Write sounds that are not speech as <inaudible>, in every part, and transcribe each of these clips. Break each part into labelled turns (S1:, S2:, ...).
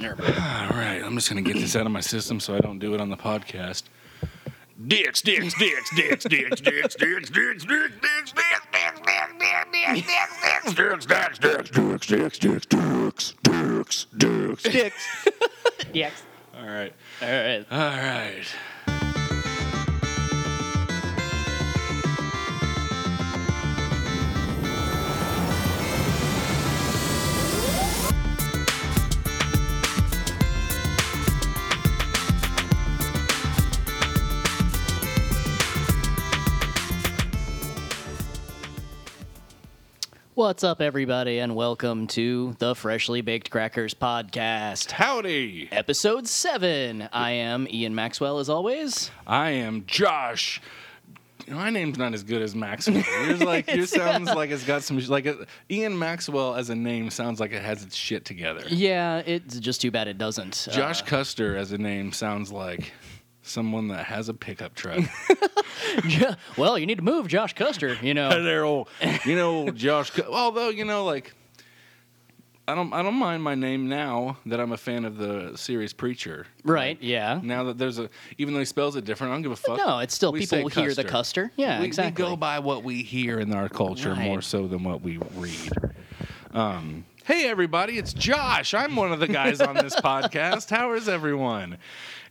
S1: All right, I'm just gonna get this out of my system so I don't do it on the podcast. Dicks, dicks, dicks, dicks, dicks, dicks, dicks, dicks, dicks, dicks, dicks, dicks, dicks, dicks, dicks, dicks, dicks, dicks, dicks, dicks, dicks, dicks, dicks, dicks.
S2: Dicks. Dicks.
S1: All right,
S2: All right.
S1: all right.
S2: What's up, everybody, and welcome to the Freshly Baked Crackers podcast,
S1: Howdy,
S2: episode seven. I am Ian Maxwell, as always.
S1: I am Josh. My name's not as good as Maxwell. <laughs> Yours like yours sounds like it's got some like it, Ian Maxwell as a name sounds like it has its shit together.
S2: Yeah, it's just too bad it doesn't. Uh,
S1: Josh
S2: <laughs>
S1: Custer as a name sounds like someone that has a pickup <laughs> truck.
S2: Yeah, well, you need to move Josh Custer,
S1: <laughs>
S2: you know.
S1: there, old, you know, old Josh. Cu- Although you know, like, I don't, I don't mind my name now that I'm a fan of the series Preacher.
S2: right, yeah.
S1: Now that there's a, even though he spells it different, I don't give a fuck.
S2: No, it's still
S1: We
S2: people
S1: say
S2: hear the Custer. Yeah,
S1: we,
S2: exactly.
S1: We go by what we hear in our culture more
S2: Right.
S1: so than what we read. Um, hey, everybody, it's Josh. I'm one of the guys on
S2: <laughs>
S1: this podcast. How is everyone?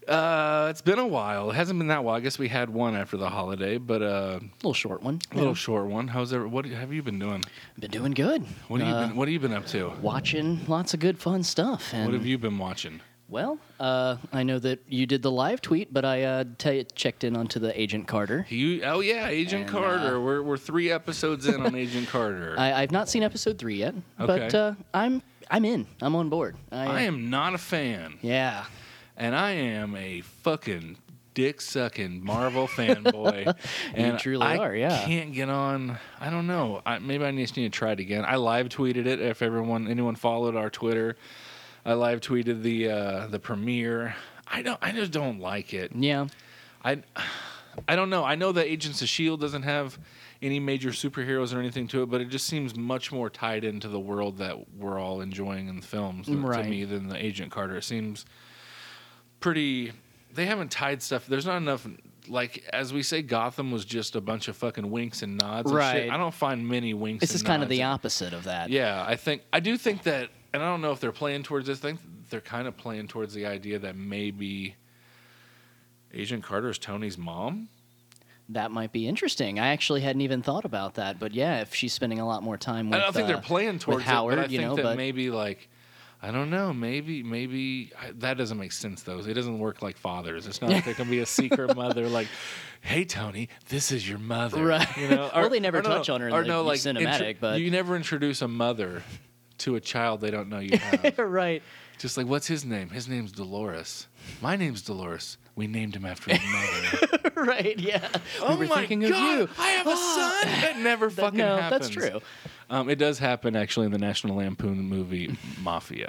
S1: Uh, it's been a while. It hasn't been that while. I guess we had one after the holiday, but uh,
S2: little short one.
S1: a little short one. How's every, what have you been doing?
S2: Been doing good.
S1: What have
S2: Uh,
S1: you been What have you been up to?
S2: Watching lots of good fun stuff. And
S1: What have you been watching?
S2: Well, uh, I know that you did the live tweet, but I uh, t- checked in onto the Agent Carter.
S1: You, oh yeah, Agent
S2: And, uh,
S1: Carter. we're we're three episodes in on
S2: <laughs>
S1: Agent Carter.
S2: I, I've not seen episode three yet, but
S1: Okay.
S2: uh, I'm I'm in. I'm on board.
S1: I am not a fan.
S2: Yeah.
S1: and I am a fucking dick sucking Marvel
S2: <laughs>
S1: fanboy. and
S2: truly
S1: I
S2: are, yeah.
S1: Can't get on. I don't know. I, maybe I just need to try it again. I live tweeted it. If everyone anyone followed our Twitter, I live tweeted the uh, the premiere. I don't. I just don't like it.
S2: Yeah.
S1: I. I don't know. I know that Agents of Shield doesn't have any major superheroes or anything to it, but it just seems much more tied into the world that we're all enjoying in the films uh,
S2: Right.
S1: to me than the Agent Carter. It seems pretty. They haven't tied stuff. There's not enough. Like as we say, Gotham was just a bunch of fucking winks and nods. And
S2: Right.
S1: shit. I don't find many winks.
S2: This
S1: and
S2: is kind of
S1: nods.
S2: the opposite of that.
S1: Yeah, I think I do think that, and I don't know if they're playing towards this. I think they're kind of playing towards the idea that maybe Agent Carter is Tony's mom.
S2: That might be interesting. I actually hadn't even thought about that, but yeah, if she's spending a lot more time with
S1: I don't think they're
S2: uh,
S1: playing
S2: with
S1: towards
S2: Howard,
S1: it, but I
S2: you
S1: think
S2: know,
S1: that
S2: but
S1: maybe like I don't know, maybe maybe I, that doesn't make sense though. It doesn't work like fathers. It's not like there can be a
S2: <laughs>
S1: secret mother like, "Hey Tony, this is your mother."
S2: Right.
S1: You know,
S2: Well, they never touch on her in the cinematic, but-
S1: you never introduce a mother to a child they don't know
S2: <laughs>
S1: you have.
S2: <laughs> right.
S1: Just like, what's his name? His name's Dolores. My name's Dolores. We named him after his <laughs> mother.
S2: right, yeah.
S1: oh
S2: we
S1: my
S2: were thinking
S1: god!
S2: of you.
S1: I have a son. Ah. That never
S2: That-
S1: fucking
S2: no,
S1: happens.
S2: that's true. <laughs>
S1: Um, it does happen actually in the National Lampoon movie Mafia.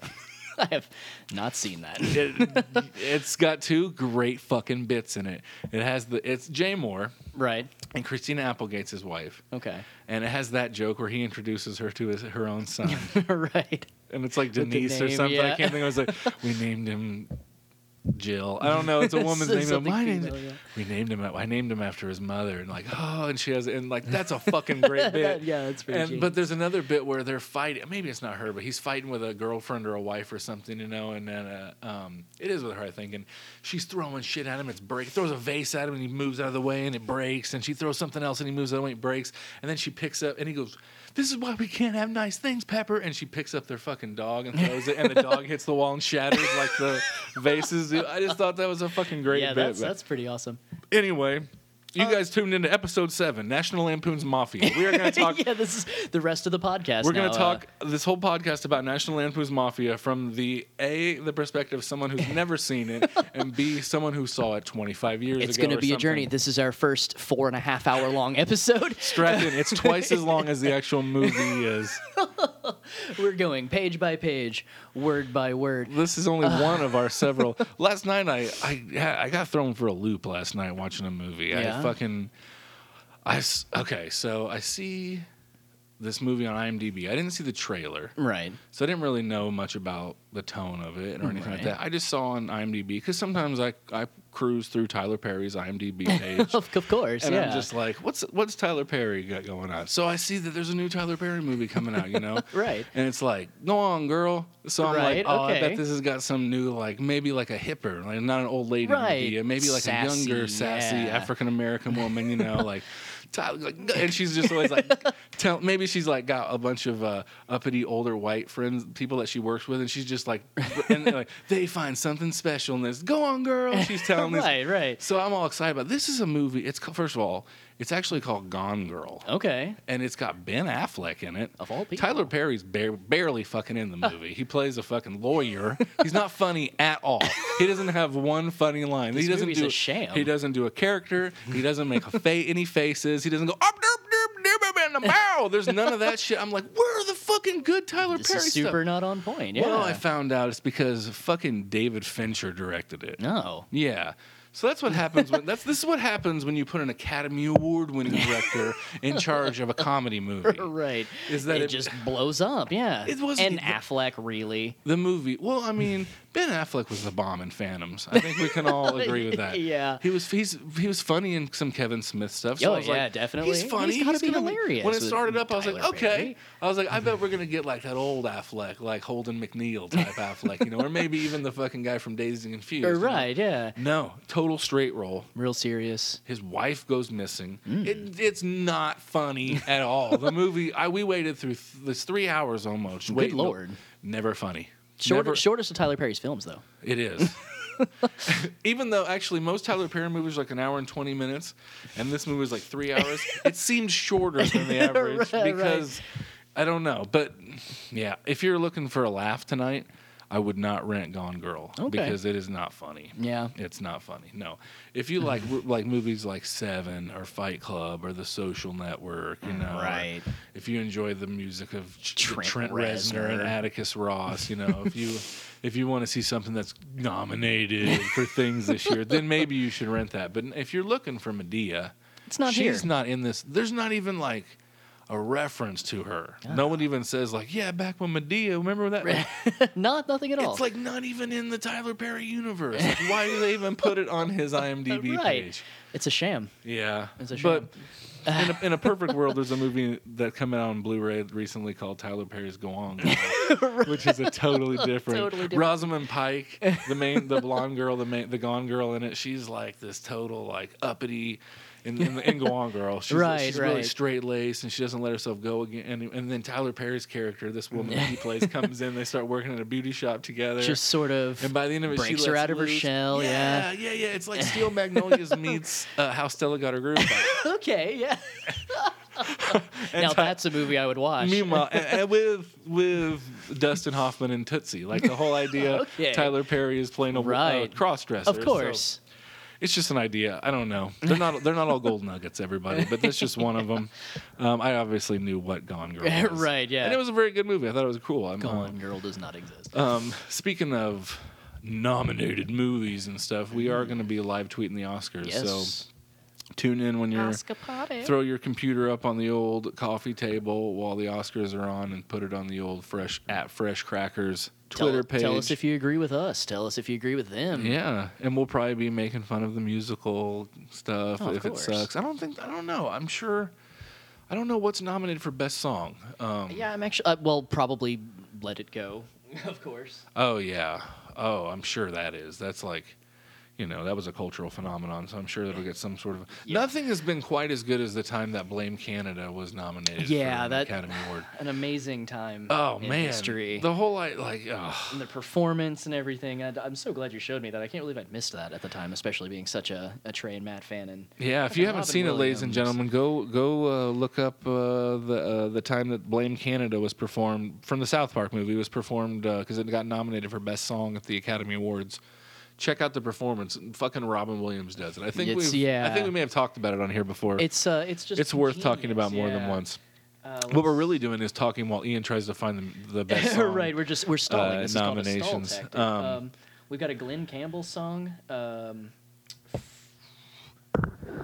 S2: I have not seen that.
S1: <laughs> It, has got two great fucking bits in it. It has the it's Jay Moore
S2: right.
S1: and Christina Applegate's his wife,
S2: Okay. <laughs>
S1: and it has that joke where he introduces her to his, her own son,
S2: right. <laughs>
S1: and it's like
S2: With the
S1: Denise or
S2: name,
S1: something.
S2: yeah.
S1: I can't think. I was like,
S2: <laughs>
S1: we named him Jill. I don't know. It's a woman's name. but
S2: Something
S1: My name's-
S2: female, yeah.
S1: We named him. I named him after his mother, and like, oh, and she has, and like, that's a
S2: <laughs>
S1: fucking great bit.
S2: That- yeah, that's pretty
S1: And,
S2: genius.
S1: but there's another bit where they're fighting. Maybe it's not her, but he's fighting with a girlfriend or a wife or something, you know. And then uh, um, it is with her, I think. And she's throwing shit at him. It's break. Throws a vase at him, and he moves out of the way, and it breaks. And she throws something else, and he moves out of the way, and it breaks. And then she picks up, and he goes, "This is why we can't have nice things, Pepper." And she picks up their fucking dog and throws it, and the
S2: <laughs>
S1: dog hits the wall and shatters like the vases. do. I just thought that was a fucking great
S2: yeah,
S1: bit.
S2: that's
S1: but-
S2: that's Uh, pretty awesome.
S1: anyway. You guys tuned into episode seven, National Lampoon's Mafia. We are going
S2: <laughs>
S1: to talk
S2: yeah, this is the rest of the podcast.
S1: we're going
S2: now,
S1: to
S2: uh,
S1: talk this whole podcast about National Lampoon's Mafia from the A, the perspective of someone who's never seen
S2: <laughs>
S1: it, and B, someone who saw it 25 years ago.
S2: it's going to
S1: or
S2: be a journey.
S1: something.
S2: This is our first four and a half hour long episode.
S1: <laughs> Strap in. It's twice as long as the actual movie is.
S2: We're going page by page, word by word.
S1: This is only
S2: Uh.
S1: one of our
S2: <laughs>
S1: several. Last night, I, I I got thrown for a loop last night watching a movie.
S2: Yeah?
S1: I fucking I s- okay. So I see this movie on IMDb. I didn't see the trailer.
S2: Right.
S1: So I didn't really know much about the tone of it or anything like
S2: Right.
S1: that. I just saw on IMDb because sometimes I I cruise through Tyler Perry's IMDb page.
S2: Of, of course.
S1: And
S2: yeah.
S1: I'm just like, what's what's Tyler Perry got going on? So I see that there's a new Tyler Perry movie coming out, you know?
S2: <laughs> Right.
S1: And it's like, go on, girl. So I'm
S2: Right,
S1: like, oh, I
S2: okay.
S1: bet this has got some new, like maybe like a hipper, like not an old lady,
S2: Right.
S1: idea, maybe like
S2: Sassy,
S1: a younger, sassy
S2: yeah.
S1: African American woman, you know, like. <laughs> Tyler, like, and she's just always like, <laughs> tell, maybe she's like got a bunch of uh, uppity older white friends, people that she works with, and she's just like, <laughs> and they're like they find something special in this. Go on, girl. She's telling this
S2: <laughs> right. Right.
S1: so I'm all excited about this. Is a movie. It's ca- first of all, it's actually called Gone Girl,
S2: Okay.
S1: and it's got Ben Affleck in it.
S2: Oh. Of all people. Oh.
S1: Tyler Perry's bar- barely fucking in the movie. he plays a fucking lawyer. He's not funny at all. He doesn't have one funny line.
S2: This
S1: he doesn't
S2: movie's
S1: do
S2: a sham.
S1: He doesn't do a character. He doesn't make a fa- any faces. He doesn't go up derp derp derp derp in the barrel. There's none of that shit. I'm like, where are the fucking good Tyler
S2: This
S1: Perry
S2: is super
S1: stuff?
S2: not on point. Yeah.
S1: Well, I found out it's because fucking David Fincher directed it. <laughs>
S2: no.
S1: Yeah. So that's what happens when that's this is what happens when you put an Academy Award winning director in charge of a comedy
S2: <laughs>
S1: movie.
S2: Right.
S1: Is that
S2: it,
S1: it-
S2: just blows up? Yeah.
S1: It wasn't-
S2: And Affleck really.
S1: The movie. Well, I mean, Ben Affleck was the bomb in Phantoms. I think we can all agree with that.
S2: <laughs> Yeah.
S1: He was he's he was funny in some Kevin Smith stuff.
S2: Oh,
S1: So I was
S2: yeah,
S1: like,
S2: definitely.
S1: He's
S2: He's
S1: funny.
S2: gotta be
S1: gonna
S2: hilarious
S1: When it
S2: with
S1: started up, I was like,
S2: Tyler
S1: okay.
S2: Perry.
S1: I was like, I bet we're gonna get like that old Affleck, like Holden McNeil type Affleck, you know, or maybe even the fucking guy from Dazed and Confused. you know?
S2: <laughs> Right. Yeah.
S1: No, total straight roll.
S2: Real serious.
S1: His wife goes missing.
S2: Mm.
S1: It, it's not funny at all.
S2: <laughs>
S1: The movie, I, we waited through th- this three hours almost.
S2: Good
S1: waiting-
S2: lord.
S1: never funny.
S2: Short,
S1: Never-
S2: Shortest of Tyler Perry's films, though.
S1: It is. <laughs> Even though actually most Tyler Perry movies are like an hour and twenty minutes, and this movie was like three hours. it seemed shorter than
S2: <laughs>
S1: the average
S2: Right, right.
S1: because I don't know. But yeah, if you're looking for a laugh tonight, I would not rent Gone Girl
S2: Okay.
S1: because it is not funny.
S2: Yeah.
S1: It's not funny. No. If you like like movies like Seven or Fight Club or The Social Network, you know. or
S2: Mm, Right.
S1: If you enjoy the music of Ch-
S2: Trent
S1: Trent, Reznor and
S2: Reznor.
S1: Atticus Ross, you know,
S2: <laughs>
S1: if you if you want to see something that's nominated for things this year, then maybe you should rent that. But if you're looking for Medea,
S2: It's not
S1: she's
S2: here.
S1: not in this. There's not even like a reference to her.
S2: Ah.
S1: No one even says like, yeah, back when Medea. Remember that? Like,
S2: <laughs> not nothing at
S1: <laughs>
S2: all.
S1: it's like not even in the Tyler Perry universe. Like, why do they even put it on his IMDb
S2: <laughs> right.
S1: page?
S2: It's a sham.
S1: Yeah,
S2: It's a shame.
S1: but in a, in a perfect world,
S2: <laughs>
S1: there's a movie that came out on Blu-ray recently called Tyler Perry's Go
S2: <laughs>
S1: On, Girl, which is a totally different.
S2: Totally different.
S1: Rosamund Pike, the main,
S2: <laughs>
S1: the blonde girl, the main, the Gone Girl in it. She's like this total like uppity. In, in, in Go On Girl, she's,
S2: Right,
S1: she's
S2: right.
S1: really straight laced and she doesn't let herself go again. And, and then Tyler Perry's character, this woman
S2: <laughs>
S1: he plays, comes in. They start working at a beauty shop together.
S2: Just sort of.
S1: And by the end of it,
S2: breaks
S1: she
S2: her
S1: lets
S2: out of her
S1: loose.
S2: shell, yeah.
S1: yeah, yeah, yeah. It's like Steel
S2: <laughs>
S1: Magnolias meets uh, How Stella Got Her Groove. Back.
S2: okay. Yeah. now
S1: Ty-
S2: that's a movie I would watch.
S1: Meanwhile, and, and with with Dustin Hoffman and Tootsie, like the whole idea,
S2: <laughs> Okay.
S1: Tyler Perry is playing a
S2: Right.
S1: cross dresser.
S2: of course.
S1: it's just an idea. I don't know. They're not they're not all gold nuggets, everybody, but that's just one of
S2: <laughs>
S1: them. Um, I obviously knew what Gone Girl was,
S2: Right, yeah.
S1: and it was a very good movie. I thought it was cool. I'm, uh,
S2: Gone Girl does not exist.
S1: Um, speaking of nominated movies and stuff, we are going to be live tweeting the Oscars.
S2: yes.
S1: So tune in when you're
S2: party.
S1: throw your computer up on the old coffee table while the Oscars are on, and put it on the old fresh at Fresh Crackers Twitter
S2: tell,
S1: page.
S2: Tell us if you agree with us. Tell us if you agree with them.
S1: yeah, and we'll probably be making fun of the musical stuff
S2: Oh, of
S1: if it
S2: course.
S1: sucks. I don't think I don't know. I'm sure. I don't know what's nominated for best song. Um,
S2: Yeah, I'm actually. Uh, well, probably let it go. <laughs> Of course.
S1: Oh yeah. Oh, I'm sure that is. That's like, you know, that was a cultural phenomenon. So I'm sure that'll get some sort of. Nothing has been quite as good as the time that Blame Canada was nominated.
S2: Yeah,
S1: for an
S2: that-
S1: Academy Award.
S2: An amazing time.
S1: Oh
S2: in
S1: man,
S2: History.
S1: the whole like, like ugh.
S2: and the performance and everything. I, am so glad you showed me that. I can't believe I missed that at the time, especially being such a, a Trey and Matt fan. And
S1: yeah. If you haven't
S2: Robin
S1: seen it, ladies and
S2: Williams.
S1: gentlemen, go go uh, look up uh, the uh, the time that Blame Canada was performed from the South Park movie was performed because it got nominated for best song at the Academy Awards. Check out the performance. Fucking Robin Williams does it. I think
S2: It's-
S1: we
S2: yeah.
S1: I think we may have talked about it on here before.
S2: it's uh, it's just
S1: it's worth talking
S2: genius,
S1: about more
S2: yeah.
S1: than once.
S2: Uh,
S1: What we're really doing is talking while Ian tries to find the, the
S2: <laughs>
S1: best song.
S2: right, we're just we're stalling.
S1: uh,
S2: this is called a stall
S1: nominations.
S2: tactic.
S1: Um,
S2: Um, we've got a Glenn Campbell song. Um,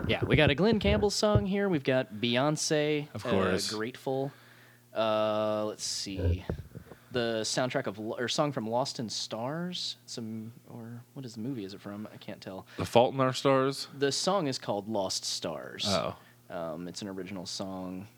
S2: yeah, we got a Glenn Campbell song here. We've got Beyonce,
S1: Of
S2: uh,
S1: course.
S2: Grateful. Uh, let's see. The soundtrack of Lo- or song from Lost in Stars. Some or what is the movie? Is it from? I can't tell.
S1: The Fault in Our Stars.
S2: The song is called Lost Stars.
S1: Oh,
S2: Um, it's an original song.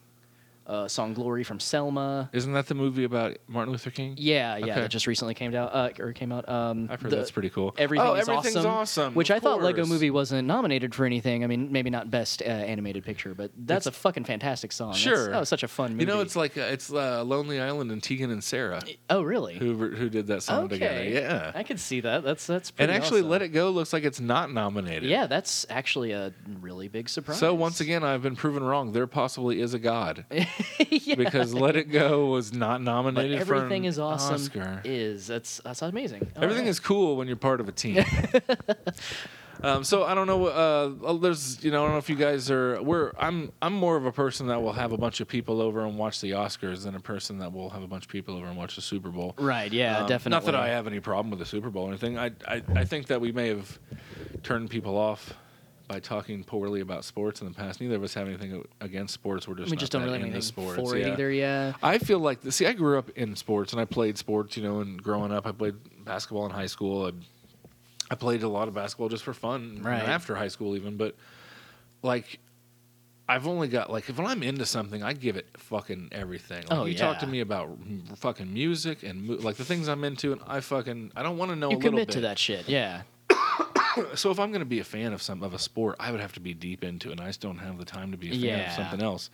S2: Uh, song Glory from Selma.
S1: isn't that the movie about Martin Luther King?
S2: Yeah, yeah,
S1: Okay.
S2: that just recently came out uh, or came out. Um,
S1: I've heard
S2: the-
S1: that's pretty cool.
S2: Everything
S1: oh,
S2: is
S1: everything's
S2: awesome,
S1: awesome.
S2: Which
S1: of
S2: I thought Lego
S1: course.
S2: Movie wasn't nominated for anything. I mean, maybe not best uh, animated picture, but that's a fucking fantastic song. That's-
S1: Sure.
S2: that was such a fun movie.
S1: You know, it's like uh, it's uh, Lonely Island and Tegan and Sarah
S2: oh really?
S1: who who did that song together.
S2: okay,
S1: Yeah,
S2: I could see that. That's that's
S1: and
S2: pretty
S1: actually,
S2: awesome.
S1: Let It Go looks like it's not nominated.
S2: Yeah, that's actually a really big surprise.
S1: So once again, I've been proven wrong. There possibly is a God
S2: <laughs> yeah.
S1: because Let It Go was not
S2: but
S1: nominated for
S2: everything
S1: an
S2: is awesome.
S1: Oscar.
S2: Is that's that's amazing. All
S1: Everything
S2: right.
S1: is cool when you're part of a
S2: <laughs>
S1: team. um, so I don't know. Uh, there's, you know, I don't know if you guys are. We're. I'm. I'm more of a person that will have a bunch of people over and watch the Oscars than a person that will have a bunch of people over and watch the Super Bowl.
S2: right. Yeah,
S1: Um,
S2: definitely.
S1: Not that I have any problem with the Super Bowl or anything. I, I, I think that we may have turned people off by talking poorly about sports in the past. Neither of us have anything against sports. We're just
S2: We
S1: not
S2: just don't
S1: that
S2: really have
S1: into
S2: anything
S1: sports.
S2: for it
S1: yeah.
S2: either. Yeah.
S1: I feel like see, I grew up in sports and I played sports, you know, and growing up, I played basketball in high school. I, I played a lot of basketball just for fun and
S2: Right.
S1: after high school, even. But like, I've only got like if I'm into something, I give it fucking everything. Like,
S2: Oh,
S1: you talk
S2: yeah.
S1: to me about m- fucking music and mu- like the things I'm into, and I fucking I don't want to know a
S2: You
S1: little
S2: commit
S1: bit.
S2: to that shit. Yeah. <laughs>
S1: So if I'm going to be a fan of some of a sport, I would have to be deep into it, and I just don't have the time to be a fan
S2: Yeah.
S1: of something else.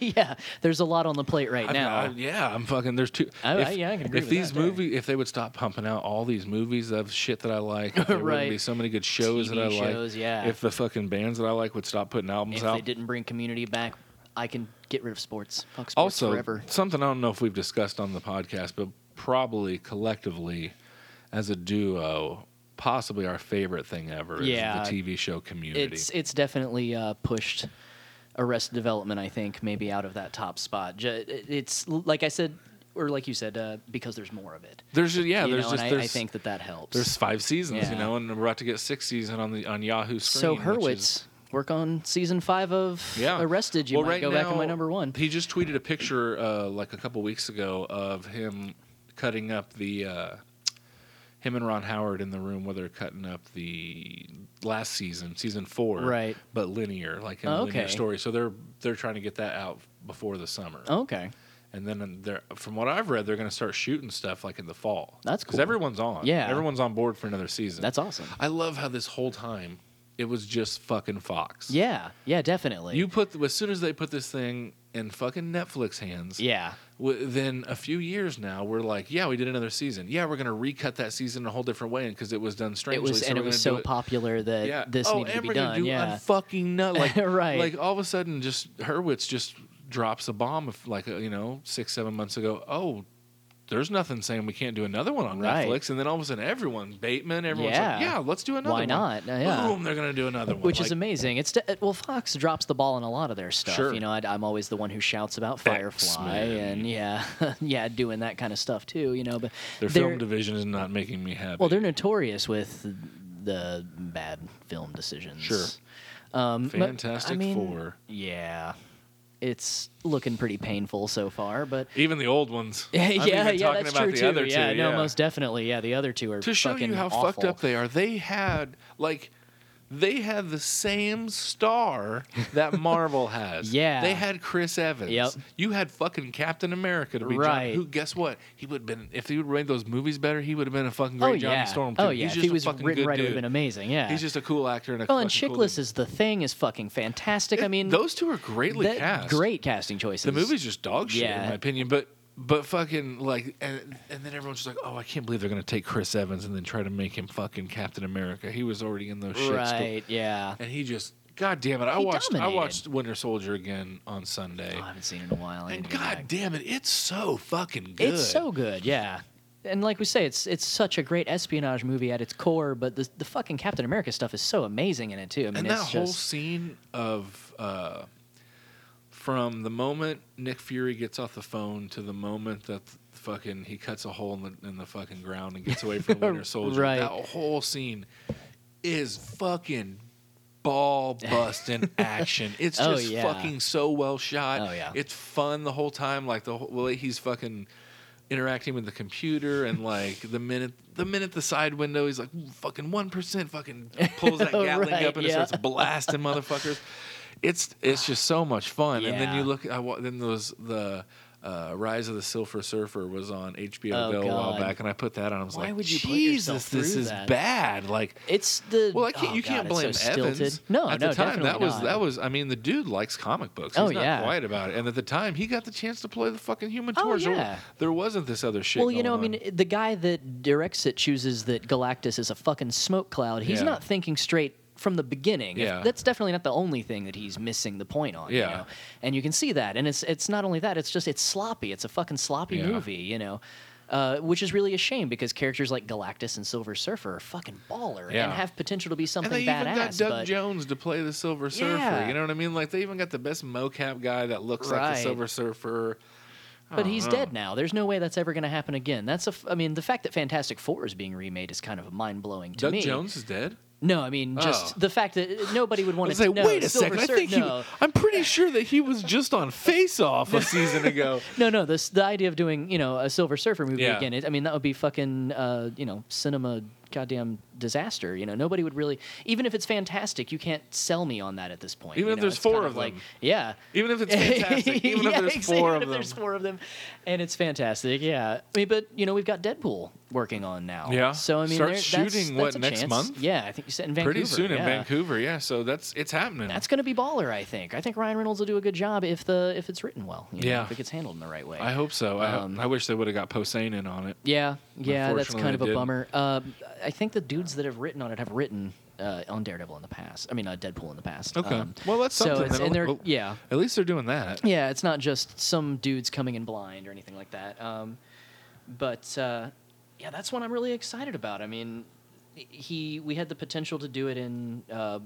S2: yeah, there's a lot on the plate right
S1: I mean,
S2: now.
S1: I- yeah, I'm fucking. There's two.
S2: I- I- yeah, I can agree
S1: If
S2: with
S1: these
S2: that, yeah.
S1: movie, if they would stop pumping out all these movies of shit that I
S2: <laughs>
S1: like, if there
S2: Right.
S1: wouldn't be so many good shows that I
S2: TV shows,
S1: like.
S2: yeah.
S1: If the fucking bands that I like would stop putting albums
S2: if
S1: out.
S2: they didn't bring community back, I can get rid of sports. Fuck sports
S1: also,
S2: forever.
S1: something I don't know if we've discussed on the podcast, but probably collectively as a duo, possibly our favorite thing ever is
S2: Yeah.
S1: the TV show Community.
S2: It's it's definitely uh, pushed Arrested Development. I think maybe out of that top spot. Ju- It's like I said, or like you said, uh, because there's more of it.
S1: there's ju- yeah,
S2: You
S1: there's
S2: know,
S1: just
S2: and I,
S1: there's,
S2: I think that that helps.
S1: there's five seasons, you
S2: Yeah.
S1: know, and we're about to get six season on the on Yahoo screen.
S2: so
S1: which
S2: Hurwitz
S1: is-
S2: work on season five of
S1: yeah.
S2: Arrested. You
S1: Well,
S2: might
S1: right
S2: go back to my
S1: now,
S2: number one.
S1: He just tweeted a picture uh, like a couple weeks ago of him cutting up the uh, him and Ron Howard in the room where they're cutting up the last season, season four,
S2: Right.
S1: But linear, like in a
S2: Oh,
S1: linear
S2: okay.
S1: story. So they're they're trying to get that out before the summer,
S2: Okay.
S1: and then they're from what I've read, they're going to start shooting stuff like in the fall.
S2: That's
S1: because
S2: cool.
S1: everyone's on.
S2: Yeah.
S1: everyone's on board for another season.
S2: That's awesome.
S1: I love how this whole time it was just fucking Fox.
S2: Yeah. Yeah. Definitely.
S1: You put as soon as they put this thing in fucking Netflix hands.
S2: Yeah.
S1: Within a few years now, we're like, yeah, we did another season. Yeah, we're gonna recut that season in a whole different way, and because it was done
S2: It
S1: strangely,
S2: was and
S1: we're
S2: it was
S1: gonna
S2: so
S1: do
S2: popular that
S1: yeah.
S2: this
S1: oh,
S2: needed
S1: and
S2: to be
S1: we're gonna
S2: done.
S1: do
S2: yeah.
S1: a fucking
S2: <laughs>
S1: nut. Like,
S2: Right.
S1: Like all of a sudden, just Hurwitz just drops a bomb of like uh, you know six seven months ago. Oh. There's nothing saying we can't do another one on
S2: Right.
S1: Netflix, and then all of a sudden, everyone, Bateman, everyone's
S2: Yeah.
S1: like, "Yeah, let's do another
S2: Why
S1: one."
S2: not? Uh, yeah.
S1: Boom! They're gonna do another one,
S2: Which
S1: Like,
S2: is amazing. It's de- well, Fox drops the ball on a lot of their stuff.
S1: Sure.
S2: You know, I, I'm always the one who shouts about Firefly
S1: X-Men.
S2: and yeah, <laughs> yeah, doing that kind of stuff too. You know, but
S1: Their
S2: they're-
S1: film division is not making me happy.
S2: well, they're notorious with the bad film decisions.
S1: Sure.
S2: Um, but,
S1: Fantastic
S2: I mean,
S1: Four.
S2: Yeah, it's looking pretty painful so far, but.
S1: even the old ones.
S2: <laughs> yeah,
S1: I'm even
S2: yeah,
S1: talking
S2: yeah, that's
S1: about
S2: true
S1: the
S2: too.
S1: other
S2: yeah,
S1: two,
S2: no, most definitely. Yeah, the other two are
S1: to show
S2: fucking
S1: you how fucked
S2: awful.
S1: up they are. They had like they had the same star
S2: <laughs>
S1: that Marvel has.
S2: Yeah.
S1: they had Chris Evans.
S2: Yep.
S1: you had fucking Captain America to be John-
S2: Right.
S1: Who guess what? He would have been if he would have made those movies better. He would have been a fucking great
S2: oh,
S1: Johnny
S2: yeah.
S1: Storm. Too.
S2: Oh yeah,
S1: he's just
S2: if he
S1: a
S2: was
S1: fucking
S2: written
S1: good
S2: right, it would
S1: dude.
S2: have been amazing. Yeah,
S1: He's just a cool actor and a.
S2: Oh, and
S1: fucking cool
S2: Chickless
S1: dude.
S2: is the thing is fucking fantastic. I mean,
S1: those two are greatly
S2: that-
S1: cast.
S2: great casting choices.
S1: The movie's just dog shit in
S2: Yeah.
S1: my opinion, but but fucking like and and then everyone's just like, "Oh, I can't believe they're going to take Chris Evans and then try to make him fucking Captain America. He was already in those shit sto-
S2: right? Yeah,
S1: And he just God damn it. I
S2: He
S1: watched
S2: dominated.
S1: I watched Winter Soldier again on Sunday.
S2: Oh, I haven't seen it in a while. I need
S1: and
S2: to go
S1: god
S2: back.
S1: damn it, it's so fucking good.
S2: it's so good. Yeah, and like we say, it's it's such a great espionage movie at its core. But the the fucking Captain America stuff is so amazing in it too. I mean,
S1: And that
S2: it's
S1: whole
S2: just
S1: scene of uh, from the moment Nick Fury gets off the phone to the moment that th- fucking he cuts a hole in the in the fucking ground
S2: <laughs>
S1: and gets away from Winter Soldier.
S2: Right.
S1: That whole scene is fucking ball
S2: <laughs>
S1: busting action. It's
S2: Oh,
S1: just
S2: yeah.
S1: fucking so well shot.
S2: Oh, yeah.
S1: It's fun the whole time. Like the whole well, he's fucking interacting with the computer and like the minute the minute the side window he's like "Ooh, fucking one percent fucking pulls that
S2: Oh,
S1: Gatling
S2: <laughs> right,
S1: up and it
S2: yeah.
S1: starts blasting motherfuckers. It's it's just so much fun. And then
S2: Yeah.
S1: you look I wa- then those the uh, Rise of the Silver Surfer was on HBO
S2: Oh,
S1: Go a while
S2: God.
S1: back and I put that on. I was
S2: Why
S1: like,
S2: would you put yourself
S1: Jesus, this
S2: through
S1: is
S2: that?"
S1: bad. Like
S2: It's the
S1: well, I can't,
S2: oh,
S1: you can't
S2: God,
S1: blame
S2: it's so
S1: Evans.
S2: Stilted. No,
S1: at
S2: no,
S1: the time
S2: definitely
S1: that was
S2: not.
S1: that was. I mean, the dude likes comic books. He's
S2: Oh,
S1: not
S2: yeah.
S1: quiet about it. And at the time, he got the chance to play the fucking Human
S2: Oh,
S1: Torch. There-
S2: yeah.
S1: There wasn't this other shit.
S2: Well, you know, I
S1: going
S2: mean, the guy that directs it chooses that Galactus is a fucking smoke cloud. He's
S1: Yeah.
S2: not thinking straight from the beginning. If-
S1: Yeah.
S2: That's definitely not the only thing that he's missing the point on. you
S1: Yeah.
S2: know? And you can see that. And it's it's not only that, it's just it's sloppy. It's a fucking sloppy
S1: Yeah.
S2: movie, you know. Uh, which is really a shame because characters like Galactus and Silver Surfer are fucking baller
S1: Yeah.
S2: and have potential to be
S1: on. and they
S2: something
S1: even got
S2: badass.
S1: Doug
S2: but
S1: Jones to play the Silver Surfer.
S2: Yeah.
S1: You know what I mean? Like they even got the best mocap guy that looks like
S2: Right.
S1: the Silver Surfer. I
S2: but
S1: don't
S2: he's
S1: know.
S2: dead now. There's no way that's ever going to happen again. That's a. F- I mean, the fact that Fantastic Four is being remade is kind of mind blowing to
S1: Doug
S2: me.
S1: Jones is dead.
S2: No, I mean just
S1: Oh.
S2: the fact that uh, nobody would
S1: I
S2: want
S1: was
S2: to
S1: like,
S2: no,
S1: wait a
S2: Silver
S1: second. I
S2: Sur-
S1: think
S2: no.
S1: he. I'm pretty sure that he was just on Face Off a season
S2: <laughs>
S1: ago.
S2: No, no. This the idea of doing you know a Silver Surfer movie
S1: Yeah.
S2: again. It, I mean that would be fucking uh, you know cinema goddamn disaster. You know nobody would really even if it's fantastic. You can't sell me on that at this point.
S1: Even
S2: you
S1: if
S2: know,
S1: there's
S2: it's kind
S1: four of
S2: like
S1: them.
S2: yeah.
S1: Even if it's fantastic,
S2: <laughs>
S1: even
S2: Yeah,
S1: if there's
S2: exa-
S1: four
S2: even
S1: of
S2: if
S1: them,
S2: there's four of them, and it's fantastic. Yeah, I mean, but you know we've got Deadpool working on now.
S1: Yeah.
S2: So I mean,
S1: Start
S2: there- that's-
S1: shooting,
S2: that's
S1: what,
S2: a
S1: next
S2: chance.
S1: month?
S2: Yeah, I think you said in Vancouver.
S1: pretty soon in
S2: yeah.
S1: Vancouver. Yeah, so that's it's happening.
S2: That's going to be baller, I think. I think Ryan Reynolds will do a good job if the if it's written well. you know,
S1: Yeah.
S2: if it gets handled in the right way.
S1: I hope so. I,
S2: Um,
S1: hope, I wish they would have got Posehn in on it.
S2: yeah, yeah, that's
S1: Unfortunately,
S2: kind of
S1: they
S2: a
S1: didn't.
S2: bummer. Uh, I think the dudes that have written on it have written uh, on Daredevil in the past. I mean, uh, Deadpool in the past.
S1: Okay.
S2: Um,
S1: well, that's
S2: so
S1: something.
S2: it's-
S1: then.
S2: and they're
S1: Well,
S2: yeah,
S1: At least they're doing that.
S2: yeah. It's not just some dudes coming in blind or anything like that. Um, but uh, yeah, that's one I'm really excited about. I mean, he we had the potential to do it in uh,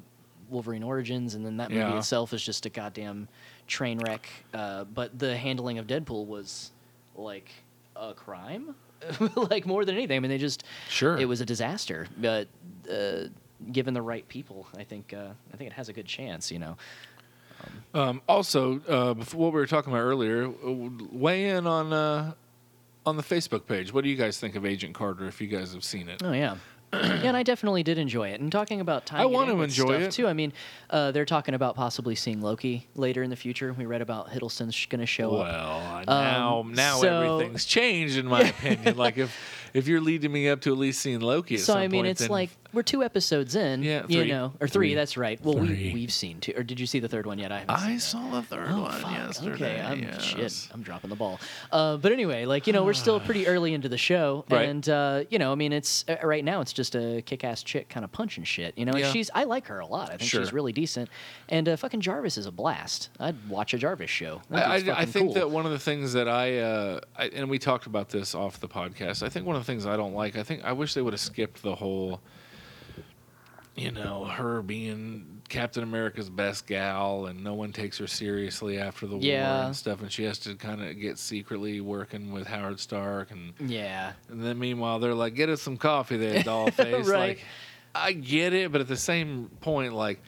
S2: Wolverine Origins, and then that movie
S1: Yeah.
S2: itself is just a goddamn train wreck. Uh, but the handling of Deadpool was like a crime, <laughs> like more than anything. I mean, they just
S1: Sure.
S2: it was a disaster. But uh, given the right people, I think uh, I think it has a good chance. You know,
S1: Um, also, uh, before what we were talking about earlier, uh, weigh in on uh, on the Facebook page. What do you guys think of Agent Carter? If you guys have seen it,
S2: Oh
S1: <clears throat>
S2: yeah. yeah, and I definitely did enjoy it. And talking about time,
S1: I wanna enjoy
S2: stuff
S1: it.
S2: too. I mean, uh, they're talking about possibly seeing Loki later in the future. We read about Hiddleston's sh- going to show up.
S1: well, now
S2: Um,
S1: now
S2: so-
S1: everything's changed in
S2: <laughs>
S1: my opinion. like if if you're leading me up to at least seeing Loki, at
S2: So
S1: some
S2: I mean,
S1: point,
S2: it's
S1: then-
S2: like we're two episodes in.
S1: Yeah,
S2: you
S1: three.
S2: know, or three.
S1: Three.
S2: That's right. Well,
S1: Three.
S2: we we've seen two. Or did you see the third one yet? I haven't.
S1: I
S2: seen
S1: saw the third
S2: Oh,
S1: one
S2: fuck.
S1: yesterday.
S2: Okay, I'm
S1: yes.
S2: shit. I'm dropping the ball. Uh, but anyway, like you know, we're still
S1: <sighs>
S2: pretty early into the show,
S1: Right.
S2: and uh, you know, I mean, it's uh, right now it's just a kick-ass chick kind of punching shit. You know, and
S1: Yeah.
S2: she's I like her a lot. I think
S1: Sure.
S2: she's really decent, and uh, fucking Jarvis is a blast. I'd watch a Jarvis show. That
S1: I,
S2: dude's
S1: I- I
S2: fucking
S1: think
S2: cool.
S1: that one of the things that I, uh, I and we talked about this off the podcast. I think one of the things I don't like. I think I wish they would have skipped the whole, you know, her being Captain America's best gal and no one takes her seriously after the war
S2: Yeah.
S1: and stuff, and she has to kind of get secretly working with Howard Stark, and,
S2: yeah,
S1: and then meanwhile they're like, "Get us some coffee,
S2: <laughs>
S1: there, dollface."
S2: Right.
S1: Like, I get it, but at the same point, like.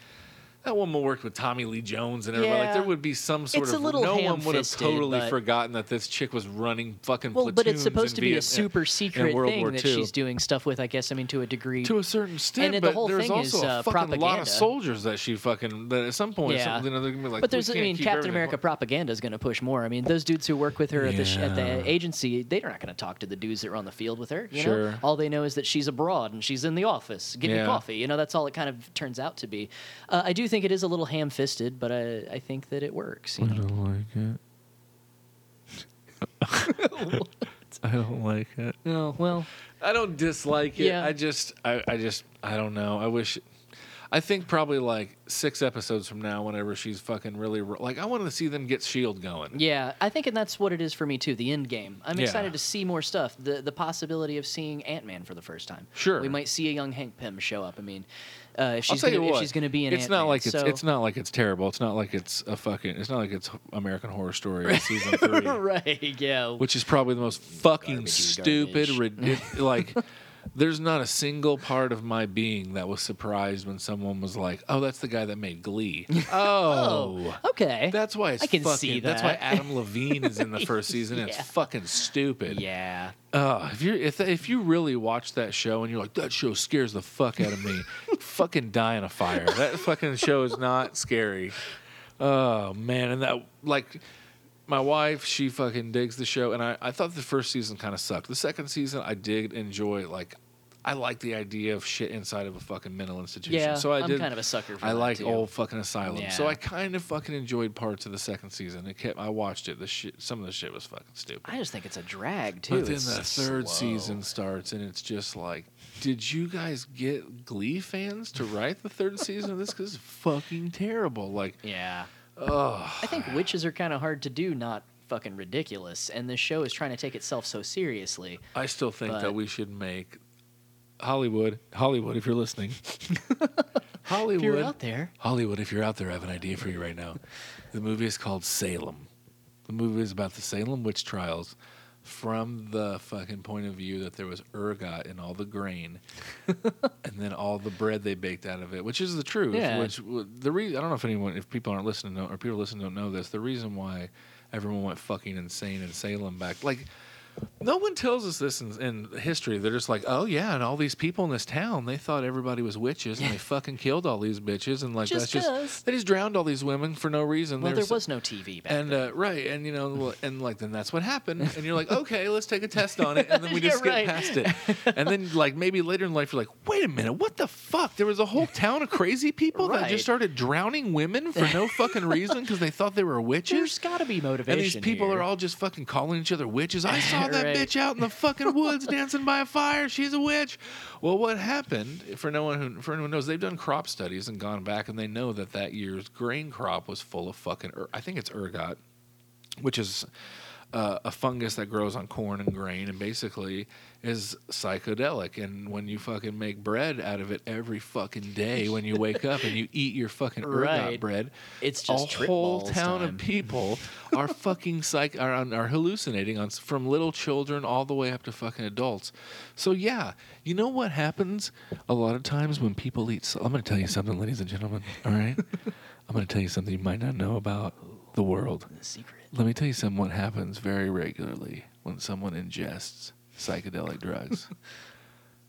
S1: That woman worked with Tommy Lee Jones and everybody. Like
S2: Yeah.
S1: there would be some sort
S2: It's a
S1: of
S2: little
S1: no one would have
S2: ham-fisted,
S1: totally
S2: but-
S1: forgotten that this chick was running fucking
S2: well,
S1: platoons
S2: but it's
S1: in
S2: supposed to be
S1: Viet-
S2: a super secret
S1: in World
S2: thing
S1: War
S2: that
S1: II.
S2: she's doing stuff with. I guess I mean to a degree.
S1: to a certain extent,
S2: the
S1: but
S2: whole
S1: there's
S2: thing
S1: also
S2: is,
S1: a
S2: uh,
S1: fucking lot
S2: propaganda.
S1: of soldiers that she fucking that at some point,
S2: Yeah.
S1: some, you know, they're gonna be like,
S2: but
S1: "We
S2: there's, I
S1: can't
S2: mean,
S1: keep
S2: Captain
S1: everything
S2: America
S1: apart."
S2: propaganda is going to push more. I mean, those dudes who work with her at the sh- at
S1: Yeah.
S2: the agency, they're not going to talk to the dudes that are on the field with her. You
S1: Sure.
S2: know, all they know is that she's abroad and she's in the office getting
S1: Yeah.
S2: coffee. You know, that's all it kind of turns out to be. Uh, I do think it is a little ham-fisted, but I, I think that it works. You
S1: I
S2: know?
S1: don't like it. <laughs> I don't like it.
S2: No, well,
S1: I don't dislike it.
S2: Yeah.
S1: I just, I, I just, I don't know. I wish. I think probably like six episodes from now, whenever she's fucking really ro- like, I wanted to see them get Shield going.
S2: yeah, I think and that's what it is for me too. The end game. I'm
S1: Yeah.
S2: excited to see more stuff. The the possibility of seeing Ant Man for the first time.
S1: Sure.
S2: we might see a young Hank Pym show up. I mean, uh, if
S1: I'll
S2: she's
S1: tell
S2: gonna,
S1: you
S2: if
S1: what,
S2: she's going to be in
S1: it's not
S2: Ant-Man,
S1: like it's
S2: so-
S1: it's not like it's terrible. It's not like it's a fucking. It's not like it's American Horror Story
S2: <laughs>
S1: season three,
S2: right. Yeah.
S1: which is probably the most fucking
S2: Garbagey
S1: stupid,
S2: garbage.
S1: ridiculous. like There's not a single part of my being that was surprised when someone was like, "Oh, that's the guy that made
S2: <laughs>
S1: Glee." Oh.
S2: okay.
S1: That's why it's
S2: Eh, I can
S1: fucking.
S2: see
S1: That's why
S2: that.
S1: Adam Levine is in
S2: <laughs>
S1: the first season. and
S2: Yeah.
S1: It's fucking stupid.
S2: yeah.
S1: Oh, if you if if you really watch that show and you're like that show scares the fuck out of me,
S2: <laughs>
S1: fucking die in a fire. That fucking show is not scary. Oh man, and that like my wife, she fucking digs the show, and I I thought the first season kind of sucked. The second season I did enjoy. Like I like the idea of shit inside of a fucking mental institution.
S2: Yeah.
S1: so I
S2: am
S1: did.
S2: kind of a sucker for
S1: I
S2: that,
S1: like
S2: too.
S1: old fucking Asylum, so
S2: Yeah.
S1: I kind of fucking enjoyed parts of the second season. It kept. I watched it. The shit. Some of the shit was fucking stupid.
S2: I just think it's a drag too.
S1: But then
S2: It's
S1: the
S2: so
S1: third
S2: slow.
S1: season starts, and it's just like, did you guys get Glee fans to write the third season of this? Because it's fucking terrible. Like,
S2: Yeah.
S1: oh,
S2: I think witches are kind of hard to do, not fucking ridiculous. And this show is trying to take itself so seriously.
S1: I still think that
S2: But-
S1: we should make Hollywood, Hollywood, if you're listening,
S2: If you're
S1: Hollywood,
S2: out there,
S1: Hollywood, if you're out there, I have an idea for you right now. The movie is called Salem. The movie is about the Salem witch trials from the fucking point of view that there was ergot in all the grain and then all the bread they baked out of it, which is the truth.
S2: Yeah.
S1: Which w- the reason I don't know if anyone, if people aren't listening know, or people listening don't know this, the reason why everyone went fucking insane in Salem back, like. No one tells us this in, in history. They're just like, oh yeah, and all these people in this town, they thought everybody was witches, and they fucking killed all these bitches, and like
S2: Just
S1: that's
S2: us.
S1: just they just drowned all these women for no reason.
S2: well,
S1: They
S2: there
S1: were so-
S2: was no TV back
S1: and
S2: then.
S1: uh, right, and you know, well, and like then that's what happened, and
S2: <laughs>
S1: you're like, okay, let's take a test on it, and then we
S2: Yeah,
S1: just skip
S2: right.
S1: past it, and then like maybe later in life you're like, wait a minute, what the fuck? There was a whole town of crazy people that
S2: Right.
S1: just started drowning women for no fucking reason because they thought they were witches.
S2: There's got to be motivation.
S1: And these people
S2: here.
S1: are all just fucking calling each other witches. I
S2: <laughs>
S1: saw that
S2: Right.
S1: bitch out in the fucking woods dancing by a fire. She's a witch. Well, what happened? For no one who for anyone who knows, they've done crop studies and gone back, and they know that that year's grain crop was full of fucking. Er, I think it's ergot, which is uh, a fungus that grows on corn and grain and basically is psychedelic. And when you fucking make bread out of it every fucking day when you wake up and you eat your fucking ergot
S2: Right.
S1: bread,
S2: It's just
S1: a
S2: trip
S1: whole
S2: balls
S1: town
S2: time.
S1: of people are fucking psych are, on- are hallucinating on s- from little children all the way up to fucking adults. So yeah, you know what happens a lot of times when people eat. So, I'm going to tell you something, ladies and gentlemen. All right, I'm going to tell you something you might not know about the world.
S2: The secret. <laughs>
S1: Let me tell you something what happens very regularly when someone ingests psychedelic drugs.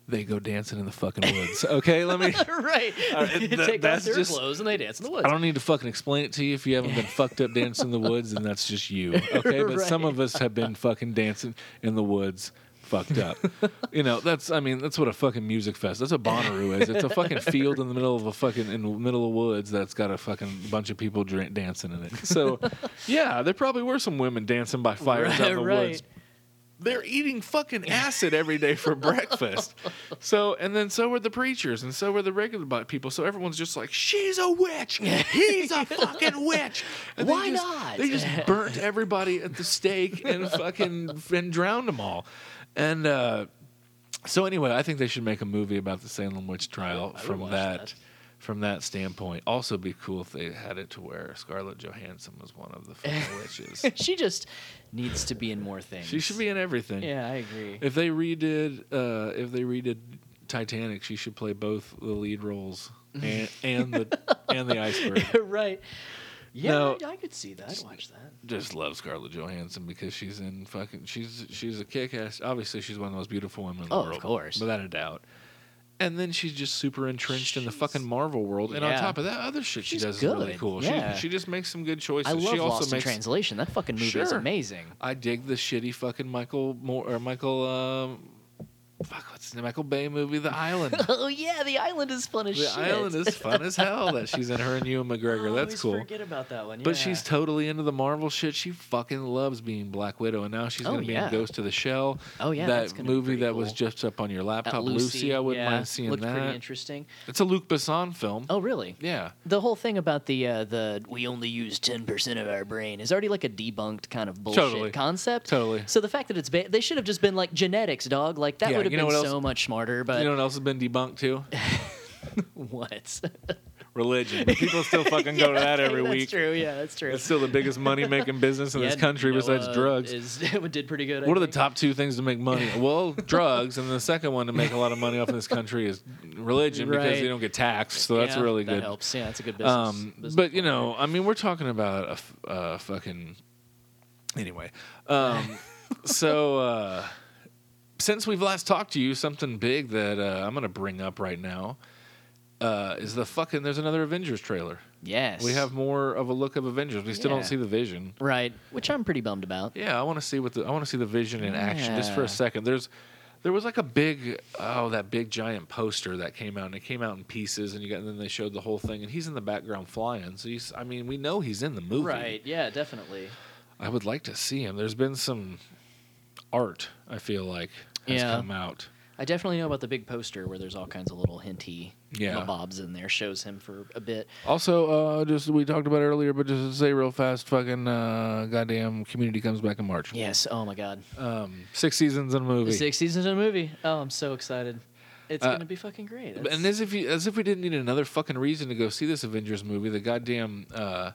S1: they go dancing in the fucking woods. Okay, let me.
S2: right.
S1: it-
S2: they
S1: that-
S2: take off
S1: that's
S2: their
S1: just-
S2: clothes and they dance in the woods.
S1: I don't need to fucking explain it to you if you
S2: <laughs>
S1: haven't been fucked up dancing in the woods, and that's just you, okay? But some of us have been fucking dancing in the woods, fucked up. you know, that's I mean, that's what a fucking music fest. That's what Bonnaroo is. It's a
S2: <laughs>
S1: fucking field in the middle of a fucking in the middle of woods that's got a fucking bunch of people dra- dancing in it.
S2: <laughs>
S1: So, yeah, there probably were some women dancing by fires out in the
S2: Right,
S1: woods, they're eating fucking acid every day for breakfast. So, and then so were the preachers, and so were the regular bu- people. So everyone's just like, she's a witch. He's a fucking witch. And
S2: Why
S1: they just,
S2: not?
S1: They just burnt everybody at the stake
S2: <laughs>
S1: and fucking and drowned them all. And uh, so anyway, I think they should make a movie about the Salem witch trial
S2: I would
S1: from
S2: watch
S1: that,
S2: that.
S1: from that standpoint. Also, be cool if they had it to where Scarlett Johansson was one of the
S2: <laughs>
S1: fucking witches.
S2: she just needs to be in more things.
S1: She should be in everything.
S2: Yeah, I agree.
S1: If they redid, uh, if they redid Titanic, she should play both the lead roles and, and the
S2: <laughs>
S1: and the iceberg.
S2: right. Yeah,
S1: No.
S2: I, I could see that. I'd watch that.
S1: Just love Scarlett Johansson because she's in fucking she's she's a kick ass. Obviously, she's one of the most beautiful women in the
S2: Oh, of
S1: world,
S2: course.
S1: without a doubt. And then she's just super entrenched in the
S2: She's-
S1: fucking Marvel world, and on
S2: Yeah.
S1: top of that, other shit
S2: She's
S1: she does is really
S2: good,
S1: cool.
S2: yeah.
S1: She she just makes some good choices.
S2: I love
S1: she also
S2: Lost
S1: makes
S2: in Translation. That fucking movie is
S1: Sure.
S2: amazing.
S1: I dig the shitty fucking Michael Moore or Michael um, fuck what's the Michael Bay movie The
S2: <laughs>
S1: Island.
S2: <laughs> Oh yeah, the island is fun as
S1: The
S2: <laughs> shit.
S1: island is fun as hell that she's in her and Ewan
S2: I
S1: McGregor.
S2: always
S1: That's cool.
S2: Forget about that one.
S1: But
S2: yeah.
S1: she's totally into the Marvel shit. She fucking loves being Black Widow, and now she's
S2: Oh,
S1: gonna be
S2: yeah.
S1: in Ghost of the Shell.
S2: Oh, yeah, that's
S1: that
S2: gonna be
S1: movie
S2: pretty
S1: that was
S2: cool.
S1: just up on your
S2: At
S1: laptop, Lucy. I wouldn't
S2: yeah,
S1: mind seeing
S2: looked pretty
S1: that.
S2: interesting.
S1: It's a Luc Besson film.
S2: Oh really?
S1: Yeah,
S2: The whole thing about the uh, the we only use ten percent of our brain is already like a debunked kind of bullshit
S1: Totally.
S2: concept.
S1: Totally.
S2: So the fact that it's ba- they should have just been like genetics, dog. Like that
S1: Yeah,
S2: would have
S1: you know
S2: been
S1: what else-
S2: <laughs> so much smarter. But
S1: you know what else has been debunked too?
S2: <laughs> what?
S1: religion. But people still fucking
S2: <laughs>
S1: go to that every
S2: that's
S1: week.
S2: True. Yeah, that's true.
S1: It's still the biggest money making business in
S2: <laughs> Yeah,
S1: this country besides
S2: Noah
S1: drugs.
S2: Is, <laughs> did pretty good. I
S1: what are the
S2: think.
S1: top two things to make
S2: <laughs>
S1: money? Well, drugs, and the second one to make a lot of money off in this country is religion because
S2: Right.
S1: they don't get taxed. So that's
S2: Yeah,
S1: really
S2: That
S1: good.
S2: helps. Yeah, that's a good business.
S1: Um,
S2: business
S1: but you
S2: model.
S1: know, I mean, we're talking about a, f- a fucking anyway.
S2: <laughs>
S1: Um, so uh, since we've last talked to you, something big that uh, I'm gonna bring up right now uh, is the fucking. There's another Avengers trailer.
S2: yes,
S1: We have more of a look of Avengers. We still
S2: Yeah.
S1: don't see the Vision.
S2: right, which I'm pretty bummed about.
S1: Yeah, I want to see what the I want to see the vision in action just for
S2: Yeah.
S1: a second. There's there was like a big oh that big giant poster that came out and it came out in pieces and you got and then they showed the whole thing and he's in the background flying. So he's I mean we know he's in the movie.
S2: Right. Yeah. Definitely.
S1: I would like to see him. There's been some art I feel like has
S2: Yeah.
S1: come out.
S2: I definitely know about the big poster where there's all kinds of little hinty
S1: Yeah.
S2: bobs in there. Shows him for a bit.
S1: Also, uh, just we talked about it earlier, but just to say real fast, fucking uh, goddamn community comes back in March.
S2: Yes. Oh my God.
S1: Um, six seasons in a movie.
S2: Six seasons in a movie. Oh, I'm so excited. It's
S1: Uh,
S2: gonna be fucking great. That's-
S1: And as if you, as if we didn't need another fucking reason to go see this Avengers movie, the goddamn uh,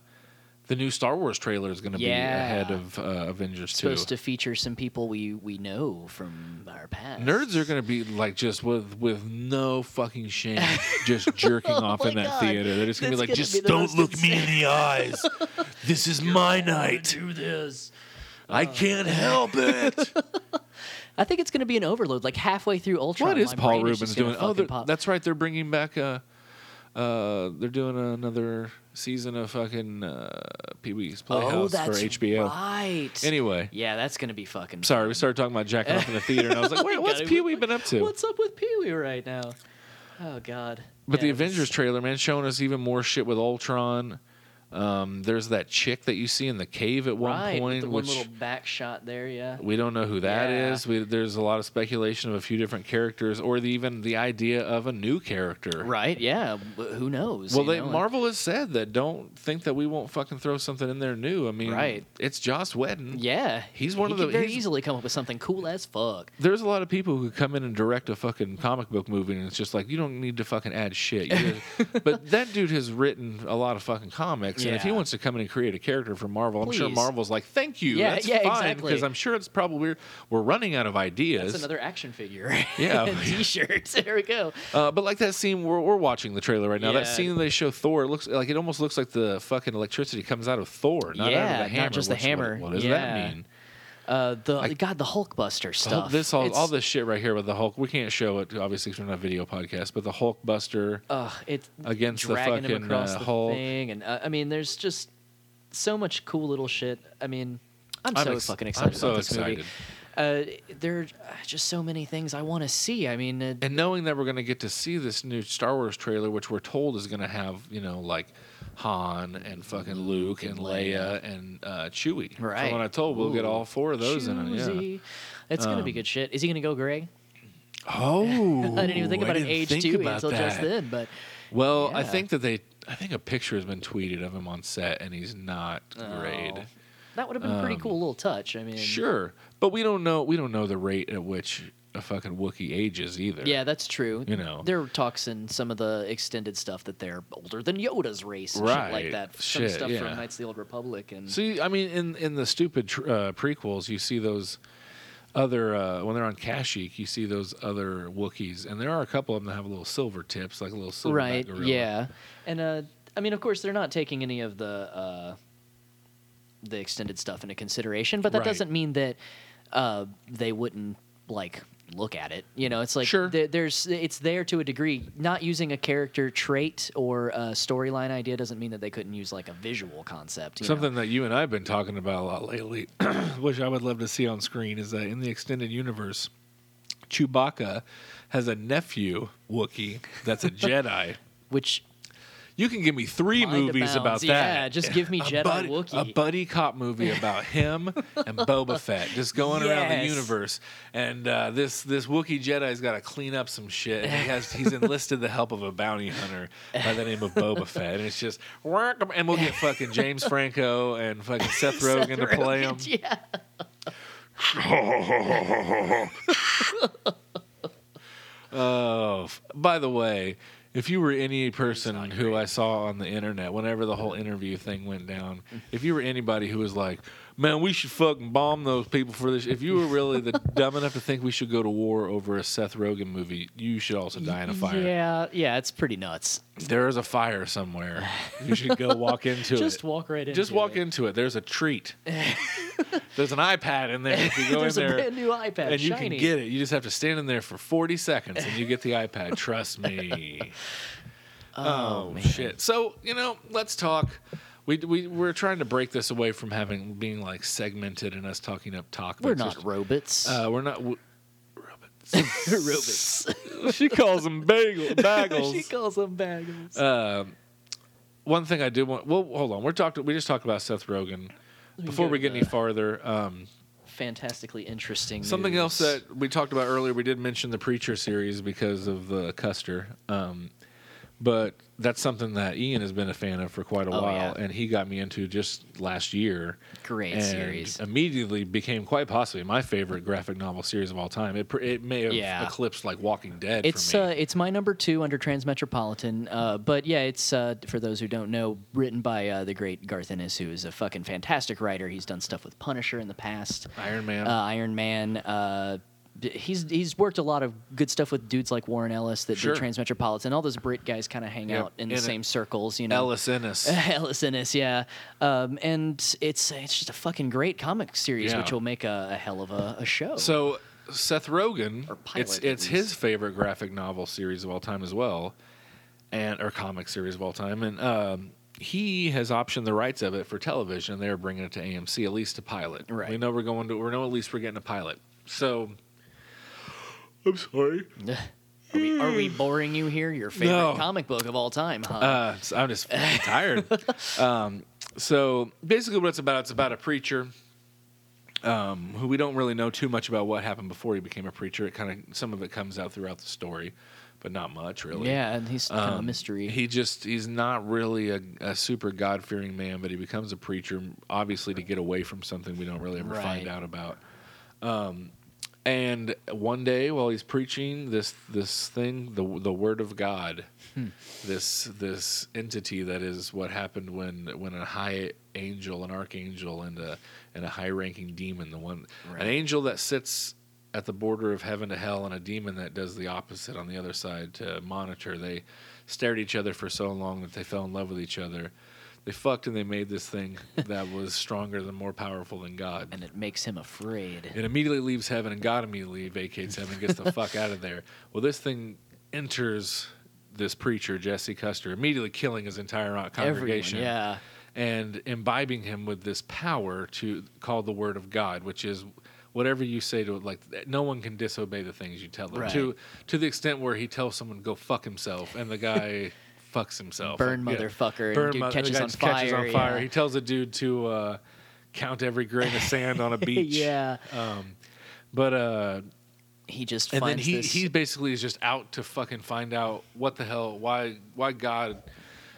S1: the new Star Wars trailer is going to be
S2: Yeah.
S1: ahead of uh, Avengers two.
S2: supposed to feature some people we we know from our past.
S1: Nerds are going to be like just with with no fucking
S2: <laughs>
S1: shame, just jerking
S2: Oh
S1: off in
S2: my
S1: that
S2: God.
S1: theater. They're just going to be like,
S2: That's gonna
S1: just
S2: be the
S1: don't
S2: most
S1: look me in the
S2: <laughs>
S1: eyes. This is my night.
S2: Do this. Uh,
S1: I can't help
S2: <laughs>
S1: it.
S2: I think it's gonna be an overload. Like halfway through Ultron,
S1: what is
S2: my
S1: Paul
S2: brain is
S1: Rubens
S2: just gonna
S1: doing? Oh,
S2: fucking
S1: they're-
S2: pop.
S1: that's right. They're bringing back uh Uh, they're doing another season of fucking uh, Pee Wee's Playhouse
S2: oh, that's
S1: for HBO.
S2: Right.
S1: Anyway,
S2: yeah, that's gonna be fucking.
S1: sorry, we started talking about jacking off in the theater, and I was
S2: <laughs>
S1: like, "Wait, what's
S2: Gotta-
S1: Pee Wee been up to?"
S2: What's up with Pee Wee right now? Oh God.
S1: But the
S2: Yeah, that's-
S1: Avengers trailer, man, showing us even more shit with Ultron. Um, there's that chick that you see in the cave at one
S2: right, with
S1: point,
S2: the
S1: which
S2: one little back shot there. Yeah.
S1: we don't know who that
S2: Yeah.
S1: is. We, there's a lot of speculation of a few different characters, or the, even the idea of a new character.
S2: Right. Yeah. w- Who knows?
S1: Well,
S2: you
S1: they,
S2: know, and-
S1: Marvel has said that don't think that we won't fucking throw something in there new. I mean,
S2: Right.
S1: It's Joss Whedon.
S2: Yeah,
S1: He's one
S2: he
S1: of the-
S2: could very
S1: he's-
S2: easily come up with something cool as fuck.
S1: There's a lot of people who come in and direct a fucking comic book movie, and it's just like you don't need to fucking add shit. You
S2: <laughs>
S1: just- but that dude has written a lot of fucking comics, and if he
S2: Yeah.
S1: wants to come in and create a character for Marvel, I'm sure
S2: Please.
S1: Marvel's like, "Thank you,
S2: Yeah,
S1: that's
S2: yeah,
S1: fine,"
S2: exactly.
S1: because I'm sure it's probably we're, we're running out of ideas.
S2: That's another action figure.
S1: Yeah.
S2: And <laughs> t-shirts. There we go.
S1: Uh, but like that scene, we're, we're watching the trailer right now. That
S2: Yeah.
S1: scene they show Thor, it looks like it almost looks like the fucking electricity comes out of Thor, not out of
S2: Yeah,
S1: the
S2: not
S1: hammer.
S2: just the
S1: which- what-
S2: hammer.
S1: What, does
S2: Yeah.
S1: that mean?
S2: Uh, the God, the Hulkbuster
S1: The Hulk-
S2: stuff.
S1: this all, all
S2: It's-
S1: this shit right here with the Hulk. We can't show it obviously because we're not a video podcast, but the Hulk Buster.
S2: Ugh, it's
S1: Against the
S2: dragging
S1: fucking,
S2: him across
S1: uh,
S2: the
S1: Hulk.
S2: thing, and uh, I mean, there's just so much cool little shit. I mean, I'm,
S1: I'm
S2: so
S1: ex-
S2: fucking
S1: I'm
S2: excited
S1: so
S2: about this
S1: excited.
S2: movie. Uh, there are just so many things I want to see. I mean, uh,
S1: and knowing that we're going to get to see this new Star Wars trailer, which we're told is going to have, you know, like Han and fucking Luke and Leia and uh, Chewie.
S2: Right.
S1: From what I told, we'll get all four of those in it. Yeah. Um,
S2: Choosy. It's gonna be good shit. Is he gonna go gray?
S1: Oh,
S2: <laughs> I didn't even think about an
S1: didn't
S2: age
S1: think
S2: two
S1: about
S2: until just
S1: that.
S2: then, but
S1: Well, I
S2: Yeah.
S1: think that they, I think a picture has been tweeted of him on set, and he's not
S2: Oh.
S1: great.
S2: That would have been a pretty cool little touch. I mean,
S1: Um, Sure, but we don't know. We don't know the rate at which a fucking Wookiee ages either.
S2: Yeah, that's true.
S1: You know.
S2: there are talks in some of the extended stuff that they're older than Yoda's race and shit
S1: Right.
S2: like that.
S1: Shit,
S2: some stuff
S1: yeah.
S2: from Knights of the Old Republic and
S1: See, I mean, in in the stupid tr- uh, prequels, you see those other uh, when they're on Kashyyyk, you see those other Wookiees, and there are a couple of them that have little silver tips, like a little silver
S2: right,
S1: gorilla.
S2: yeah. And uh, I mean, of course, they're not taking any of the uh, the extended stuff into consideration, but that
S1: Right.
S2: doesn't mean that uh, they wouldn't like look at it. You know, it's like
S1: Sure.
S2: there, there's it's there to a degree. Not using a character trait or a storyline idea doesn't mean that they couldn't use like a visual concept. You know?
S1: Something that you and I have been talking about a lot lately, <clears throat> which I would love to see on screen, is that in the extended universe, Chewbacca has a nephew Wookiee that's
S2: <laughs>
S1: a Jedi.
S2: which
S1: You can give me three
S2: Mind
S1: movies about
S2: abounds.
S1: that.
S2: Yeah, just give me Jedi
S1: buddy, <laughs>
S2: Wookiee.
S1: A
S2: <laughs>
S1: buddy cop movie about him and Boba Fett just going around the
S2: Yes.
S1: universe. And uh, this this Wookiee Jedi's got to clean up some shit. And he has he's enlisted the help of a bounty hunter by the name of Boba Fett. And it's just and we'll get fucking James Franco and fucking
S2: <laughs>
S1: Seth Rogen to play him.
S2: yeah.
S1: Oh, f- by the way, If you were any person
S2: not
S1: who
S2: great.
S1: I saw on the internet, whenever the whole interview thing went down, if you were anybody who was like, "Man, we should fucking bomb those people for this," if you were really
S2: <laughs>
S1: the dumb enough to think we should go to war over a Seth Rogen movie, you should also die in a fire.
S2: Yeah, yeah, it's pretty nuts.
S1: There is a fire somewhere. You should go
S2: <laughs>
S1: walk into it.
S2: Just walk right in.
S1: Just walk into it. There's a
S2: <laughs>
S1: treat. There's an iPad in there. If you go
S2: There's
S1: in
S2: a
S1: there,
S2: brand new iPad,
S1: and you
S2: shiny.
S1: can get it. You just have to stand in there for 40 seconds and you get the iPad. Trust me.
S2: Oh, man.
S1: shit. So, you know, let's talk. We, we, we're trying to break this away from having being like segmented and us talking up topics.
S2: We're not robots.
S1: Uh, we're not. W- <laughs>
S2: robots.
S1: she calls them bagel, bagels.
S2: she calls them bagels.
S1: Um, one thing I do want. Well, hold on. We're talked. We just talked about Seth Rogen.
S2: can
S1: Before
S2: go
S1: we
S2: to
S1: get
S2: the-
S1: any farther, um,
S2: Fantastically interesting.
S1: something
S2: news.
S1: else that we talked about earlier. We did mention the Preacher series because of the Custer, um, but that's something that Ian has been a fan of for quite a
S2: Oh,
S1: while,
S2: yeah.
S1: and he got me into just last year.
S2: Great
S1: and
S2: series.
S1: Immediately became quite possibly my favorite graphic novel series of all time. It pr- it may have
S2: Yeah.
S1: eclipsed like Walking Dead.
S2: It's
S1: for me.
S2: uh, it's my number two under Transmetropolitan, uh, but yeah, it's uh, for those who don't know, written by uh, the great Garth Ennis, who is a fucking fantastic writer. He's done stuff with Punisher in the past,
S1: Iron Man.
S2: uh, Iron Man. Uh, d- he's he's worked a lot of good stuff with dudes like Warren Ellis that
S1: Sure.
S2: do Transmetropolitan. All those Brit guys kind of hang
S1: Yep.
S2: out in the
S1: And, uh,
S2: same circles, you know.
S1: Ellis
S2: <laughs>
S1: Ennis.
S2: Ellis Ennis, yeah, um, and it's it's just a fucking great comic series,
S1: Yeah.
S2: which will make a, a hell of a, a show.
S1: So Seth Rogen,
S2: Or pilot,
S1: it's
S2: at
S1: it's his
S2: least.
S1: favorite graphic novel series of all time as well, and or comic series of all time, and um, he has optioned the rights of it for television. They're bringing it to AMC at least to pilot.
S2: Right.
S1: We know we're going to. We know at least we're getting a pilot. So. I'm sorry.
S2: <laughs> Are we, are we boring you here? Your favorite
S1: Hmm. No.
S2: comic book of all time, huh?
S1: Uh, so I'm just fucking tired. Um, so basically, what it's about, it's about a preacher um, who we don't really know too much about what happened before he became a preacher. It kind of some of it comes out throughout the story, but not much really.
S2: yeah, and he's kind of a
S1: Um,
S2: mystery.
S1: He just he's not really a, a super God fearing man, but he becomes a preacher obviously to get away from something we don't really ever find
S2: Right.
S1: out about. Um, and one day while he's preaching this this thing, the the word of God, this this entity that is what happened when when a high angel, an archangel, and a and a high ranking demon, the one
S2: Right.
S1: an angel that sits at the border of heaven to hell and a demon that does the opposite on the other side to monitor. They stared at each other for so long that they fell in love with each other. They fucked and they made this thing
S2: <laughs>
S1: that was stronger than more powerful than God.
S2: and it makes him afraid.
S1: It immediately leaves heaven, and God immediately vacates heaven, and gets
S2: <laughs>
S1: the fuck out of there. Well, this thing enters this preacher, Jesse Custer, immediately killing his entire congregation
S2: Everyone, yeah.
S1: and imbibing him with this power to call the word of God, which is whatever you say to it. Like no one can disobey the things you tell them.
S2: Right.
S1: To to the extent where he tells someone go fuck himself, and the guy <laughs> fucks himself.
S2: Burn
S1: Yeah.
S2: motherfucker and dude
S1: mo- the
S2: catches
S1: guy
S2: on
S1: just catches
S2: fire,
S1: on fire.
S2: yeah.
S1: He tells a dude to uh, count every grain of sand
S2: <laughs>
S1: on a beach.
S2: yeah.
S1: Um, but uh,
S2: He just
S1: and
S2: finds
S1: then he,
S2: this.
S1: he basically is just out to fucking find out what the hell why why God